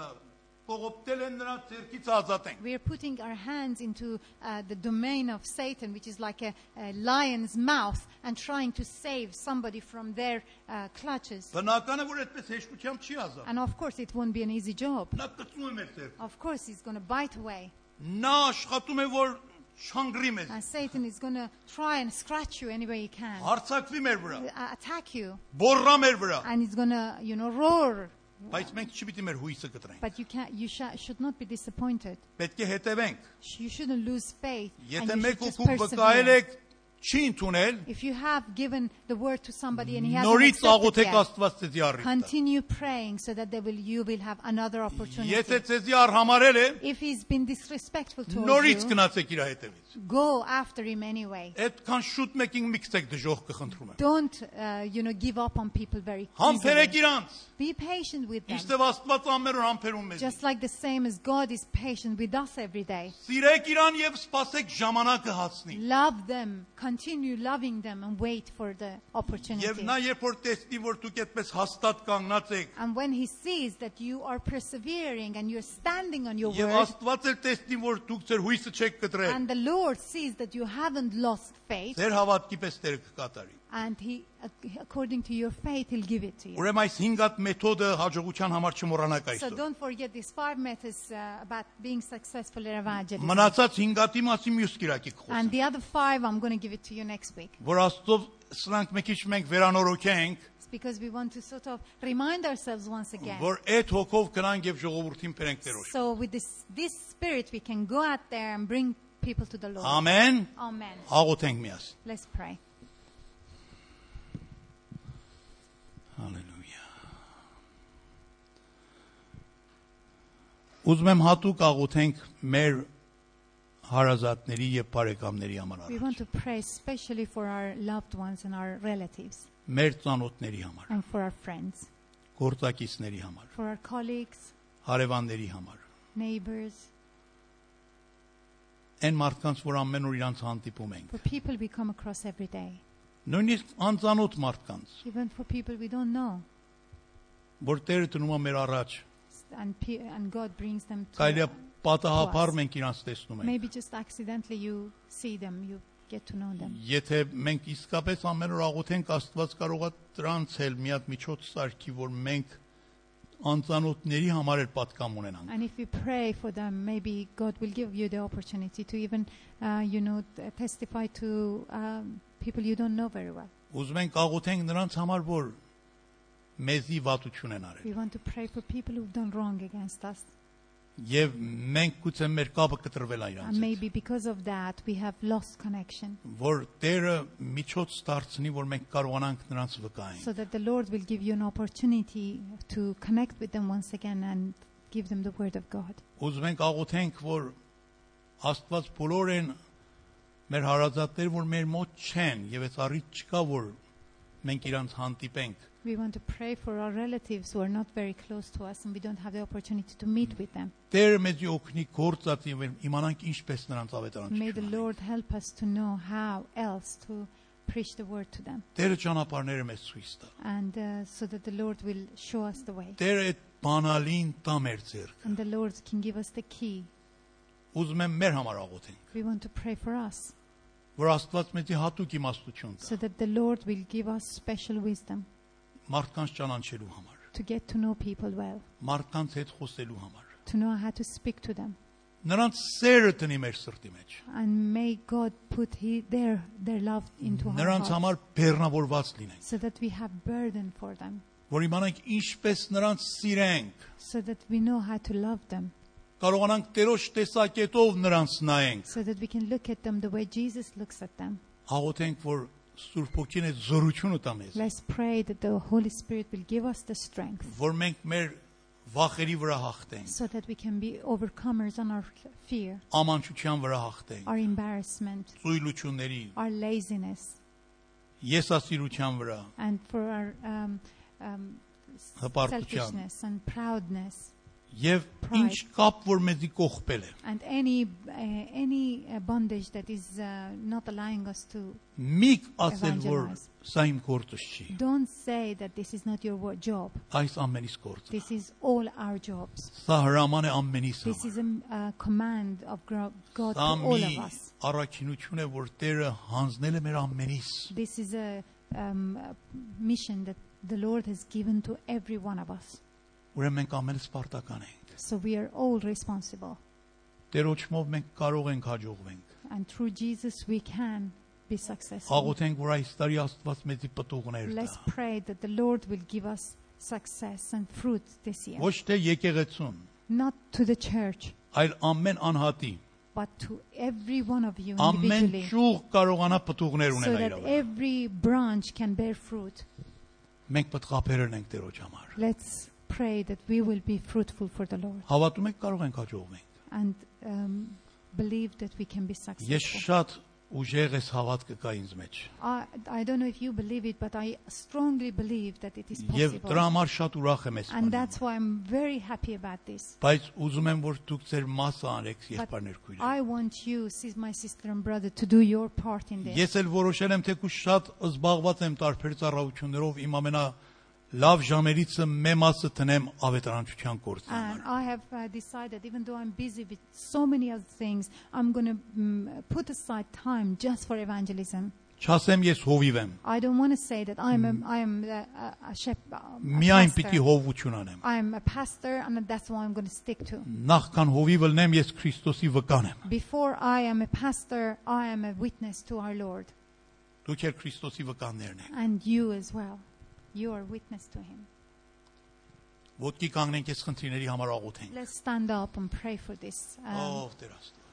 [SPEAKER 1] կողոպտել են նրա ձեռքից ազատենք։
[SPEAKER 2] We are putting our hands into uh, the domain of Satan, which is like a, a lion's mouth, and trying to save somebody from their uh, clutches.
[SPEAKER 1] Բնական է, որ այդպես հեշտությամբ չի ազատ։
[SPEAKER 2] And of course, it won't be an easy job.
[SPEAKER 1] Նա գցում է մեր ձեռքը։
[SPEAKER 2] Of course, he's going to bite away.
[SPEAKER 1] Նա աշխատում է, որ չանգրի մեզ,
[SPEAKER 2] And Satan is going to try and scratch you any way he can,
[SPEAKER 1] հարցակվի մեր վրա,
[SPEAKER 2] uh, attack you,
[SPEAKER 1] բորրա մեր վրա,
[SPEAKER 2] and he's going to, you know, roar.
[SPEAKER 1] բայց մենք չպիտի մեր հույսը կտրենք։
[SPEAKER 2] But you, can't, you sh- should not be disappointed.
[SPEAKER 1] Պետք է հետևենք։
[SPEAKER 2] Sh- You shouldn't lose faith. and
[SPEAKER 1] Եթե
[SPEAKER 2] you
[SPEAKER 1] մեկ
[SPEAKER 2] should just
[SPEAKER 1] օկու վկայել
[SPEAKER 2] persevere.
[SPEAKER 1] եք չի ընդունել,
[SPEAKER 2] If you have given the word to somebody and he hasn't
[SPEAKER 1] նորից
[SPEAKER 2] accepted
[SPEAKER 1] աղոթեք
[SPEAKER 2] yet,
[SPEAKER 1] Աստված ձեզի առիթը։
[SPEAKER 2] continue praying so that they will, you will have another
[SPEAKER 1] Եթե
[SPEAKER 2] opportunity.
[SPEAKER 1] ցեզի արհամարել է,
[SPEAKER 2] If he's been disrespectful
[SPEAKER 1] նորից
[SPEAKER 2] towards you,
[SPEAKER 1] գնացեք իր հետևից։
[SPEAKER 2] go after him anyway.
[SPEAKER 1] Այդքան շուտ մեկին միքսեք դժոխ կխնդրում եմ։
[SPEAKER 2] Don't, uh, you know, give up on people very easily.
[SPEAKER 1] Համբերեք իրանց։
[SPEAKER 2] Be patient with them.
[SPEAKER 1] Իստեւ Աստված ամեն օր համբերում մեզ։
[SPEAKER 2] Just like the same as God is patient with us every day.
[SPEAKER 1] Սիրեք իրան եւ սпасեք ժամանակը հասնի։
[SPEAKER 2] Love them, continue loving them and wait for
[SPEAKER 1] Եվ
[SPEAKER 2] the opportunity.
[SPEAKER 1] նա երբ որ տեսնի, որ դուք այդպես հաստատ կանգնած եք,
[SPEAKER 2] And when he sees that you are persevering and you're standing on your
[SPEAKER 1] եւ
[SPEAKER 2] word,
[SPEAKER 1] Աստված էլ տեսնի, որ դուք ձեր հույսը չեք կտրել,
[SPEAKER 2] and the Lord sees that you haven't lost faith,
[SPEAKER 1] ձեր հավատքի պես Տերը կկատարի։
[SPEAKER 2] and he, according to your faith, he'll give it to you.
[SPEAKER 1] Ուրեմն այս 5 հատ մեթոդը հաջողության համար չմոռանաք
[SPEAKER 2] So
[SPEAKER 1] այսօր։
[SPEAKER 2] don't forget these five methods uh, about being successful in evangelism.
[SPEAKER 1] Մնացած 5 հատի մասին մյուս կիրակի
[SPEAKER 2] And
[SPEAKER 1] կխոսենք։
[SPEAKER 2] the other five, I'm going to give it to you next week.
[SPEAKER 1] Որ Աստծո սրանք մի քիչ մենք վերանորոգենք,
[SPEAKER 2] It's because we want to sort of remind ourselves once again.
[SPEAKER 1] որ այդ հոգով կրանք եւ ժողովրդին բերենք Տերոջ։
[SPEAKER 2] So with this this spirit we can go out there and bring people to the Lord.
[SPEAKER 1] Ամեն։
[SPEAKER 2] Amen.
[SPEAKER 1] Աղոթենք միասին։
[SPEAKER 2] Let's pray.
[SPEAKER 1] Հալելույա։ Ուզում եմ հատուկ աղոթենք մեր հարազատների եւ բարեկամների համար,
[SPEAKER 2] We
[SPEAKER 1] առ-
[SPEAKER 2] want to pray especially for our loved ones and our relatives
[SPEAKER 1] մեր ծանոթների համար,
[SPEAKER 2] and for our friends,
[SPEAKER 1] գործակիցների համար,
[SPEAKER 2] for our colleagues,
[SPEAKER 1] հարևանների համար,
[SPEAKER 2] neighbors,
[SPEAKER 1] այն մարդկանց, որ ամեն օր իրանց հանդիպում ենք,
[SPEAKER 2] for people we come across every day,
[SPEAKER 1] նույնիսկ անծանոթ մարդկանց,
[SPEAKER 2] even for people we don't know.
[SPEAKER 1] որ Տերը դնում է մեր առաջ,
[SPEAKER 2] And, pe- and God brings them to
[SPEAKER 1] Կարելի է պատահաբար մենք իրանց տեսնում ենք։
[SPEAKER 2] Maybe just accidentally you see them, you get to know them.
[SPEAKER 1] Եթե մենք իսկապես ամեն օր աղոթենք, Աստված կարող է դրանց էլ մի հատ միջոց սարքի, որ մենք անծանոթների համար էլ պատկամ ունենանք։
[SPEAKER 2] And if you pray for them, maybe God will give you the opportunity to even, uh, you know, t- testify to um, people you don't know very well.
[SPEAKER 1] Ուզում ենք աղոթենք նրանց համար, որ մեզի վատություն են արել։
[SPEAKER 2] We want to pray for people who've done wrong against us.
[SPEAKER 1] Եվ մենք գուցե մեր կապը կտրվել է
[SPEAKER 2] And
[SPEAKER 1] իրանց,
[SPEAKER 2] maybe because of that, we have lost connection.
[SPEAKER 1] որ Տերը միջոց դարձնի, որ մենք կարողանանք նրանց վկայենք։
[SPEAKER 2] So that the Lord will give you an opportunity to connect with them once again and give them the word of God.
[SPEAKER 1] Ուզում ենք աղոթենք, որ Աստված բոլորեն մեր հարազատներ, որ մեր մոտ չեն եւ այս առիթ չկա, որ մենք իրանց հանդիպենք։
[SPEAKER 2] We want to pray for our relatives who are not very close to us and we don't have the opportunity to meet with them.
[SPEAKER 1] Տերը մեզ օգնի գործած եւ իմանանք ինչպես նրանց ավետարան
[SPEAKER 2] May the
[SPEAKER 1] չկա։
[SPEAKER 2] Lord help us to know how else to preach the word to them
[SPEAKER 1] Տերը ճանապարհները մեզ ցույց տա։
[SPEAKER 2] and uh, so that the Lord will show us the way
[SPEAKER 1] Տերը այդ բանալին տա մեր ձեռք։
[SPEAKER 2] and the Lord can give us the key.
[SPEAKER 1] Ուզում եմ մեր համար աղոթենք,
[SPEAKER 2] We want to pray for us
[SPEAKER 1] որ Աստված մեզի հատուկ իմաստություն տա
[SPEAKER 2] so that the Lord will give us special wisdom
[SPEAKER 1] մարդկանց ճանաչելու համար,
[SPEAKER 2] to get to know people well,
[SPEAKER 1] մարդկանց հետ խոսելու համար։
[SPEAKER 2] to know how to speak to them.
[SPEAKER 1] Նրանց սերը տնի մեր սրտի մեջ։
[SPEAKER 2] And may God put he, their, their love into our
[SPEAKER 1] Նրանց
[SPEAKER 2] hearts
[SPEAKER 1] համար բեռնավորված լինենք,
[SPEAKER 2] so that we have burden for them,
[SPEAKER 1] որ իմանանք ինչպես նրանց սիրենք,
[SPEAKER 2] so that we know how to love them,
[SPEAKER 1] կարողանանք Տերոջ տեսակետով նրանց նայենք։
[SPEAKER 2] so that we can look at them the way Jesus looks at them.
[SPEAKER 1] Աղոթենք, որ Սուրբ Օքին այդ զորությունը տա մեզ,
[SPEAKER 2] Let's pray that the Holy Spirit will give us the strength
[SPEAKER 1] որ մենք մեր վախերի վրա հաղթենք,
[SPEAKER 2] so that we can be overcomers on our fear,
[SPEAKER 1] ամանչության վրա հաղթենք,
[SPEAKER 2] our embarrassment,
[SPEAKER 1] ծույլությունների,
[SPEAKER 2] our laziness,
[SPEAKER 1] եսասիրության վրա,
[SPEAKER 2] and for our um, um, s-
[SPEAKER 1] Հպարտության։
[SPEAKER 2] selfishness and proudness.
[SPEAKER 1] Եվ
[SPEAKER 2] Pride.
[SPEAKER 1] ինչ կապ որ մեզի կողպել է։
[SPEAKER 2] And any uh, any uh, bondage that is uh, not allowing us to
[SPEAKER 1] Մի ասել որ
[SPEAKER 2] Evangelize.
[SPEAKER 1] սա իմ գործը չի։
[SPEAKER 2] don't say that this is not your wo- job.
[SPEAKER 1] Այս ամենից գործը։
[SPEAKER 2] This is all our jobs.
[SPEAKER 1] Սա հրաման է ամենից։
[SPEAKER 2] This is a m- a command of gro- God to
[SPEAKER 1] Սա
[SPEAKER 2] all
[SPEAKER 1] մի
[SPEAKER 2] of us.
[SPEAKER 1] առաքինություն է, որ Տերը հանձնել է մեր ամենից։
[SPEAKER 2] This is a um, a mission that the Lord has given to every one of us.
[SPEAKER 1] Ուրեմն մենք ամենը սպարտական ենք։
[SPEAKER 2] So we are all responsible.
[SPEAKER 1] Տերոջմով մենք կարող ենք հաջողվենք։
[SPEAKER 2] And through Jesus, we can be successful.
[SPEAKER 1] Աղոթենք, որ այս տարի Աստված մեզի պտուղներ
[SPEAKER 2] Let's
[SPEAKER 1] տա։
[SPEAKER 2] pray that the Lord will give us success and fruit this year.
[SPEAKER 1] Ոչ թե եկեղեցուն,
[SPEAKER 2] Not to the church,
[SPEAKER 1] այլ ամեն անհատի,
[SPEAKER 2] but to every one of you
[SPEAKER 1] ամեն
[SPEAKER 2] individually.
[SPEAKER 1] ճյուղ կարողանա պտուղներ
[SPEAKER 2] So
[SPEAKER 1] ունենա
[SPEAKER 2] that
[SPEAKER 1] իր վրա։
[SPEAKER 2] every branch can bear fruit.
[SPEAKER 1] Մենք պատրաստել ենք Տերոջ համար։
[SPEAKER 2] Let's pray that we will be fruitful for the Lord
[SPEAKER 1] Հավատում եք կարող ենք հաջողվենք։
[SPEAKER 2] and um, believe that we can be
[SPEAKER 1] Ես
[SPEAKER 2] successful.
[SPEAKER 1] շատ ուժեղ ես հավատքը կա ինձ մեջ։
[SPEAKER 2] I, I don't know if you believe it, but I strongly believe that it is
[SPEAKER 1] Եվ
[SPEAKER 2] possible.
[SPEAKER 1] դրա համար շատ ուրախ եմ ես։
[SPEAKER 2] And that's why I'm very happy about this.
[SPEAKER 1] Բայց ուզում եմ որ դուք ձեր մասը անեք եղբայրներ քույրեր։
[SPEAKER 2] I want you, sis, my sister and brother, to do your part in this.
[SPEAKER 1] Ես էլ որոշել եմ թե քու շատ զբաղված եմ տարբեր ծառայություններով իմ ամենա լավ ժամերից մեմ մասը տնեմ ավետարանչության գործի
[SPEAKER 2] And
[SPEAKER 1] համար։
[SPEAKER 2] I have uh, decided, even though I'm busy with so many other things, I'm going to um, put aside time just for evangelism.
[SPEAKER 1] Չասեմ ես հովիվ եմ։
[SPEAKER 2] I don't want to say that I'm a, I am a, a, a shepherd.
[SPEAKER 1] Միայն պիտի հովություն անեմ։
[SPEAKER 2] I'm a pastor, and that's what I'm going to stick to.
[SPEAKER 1] Hmm. Նախքան հովիվը լնեմ ես Քրիստոսի վկան եմ։
[SPEAKER 2] Before I am a pastor, I am a witness to our Lord,
[SPEAKER 1] Դուք եք Քրիստոսի վկաններն եք։
[SPEAKER 2] and you as well. You are witness to Him.
[SPEAKER 1] Ոտքի կանգնենք ես խնդիրների համար աղոթենք։
[SPEAKER 2] Let's stand up and pray for this. um,
[SPEAKER 1] Ով Տեր Աստված։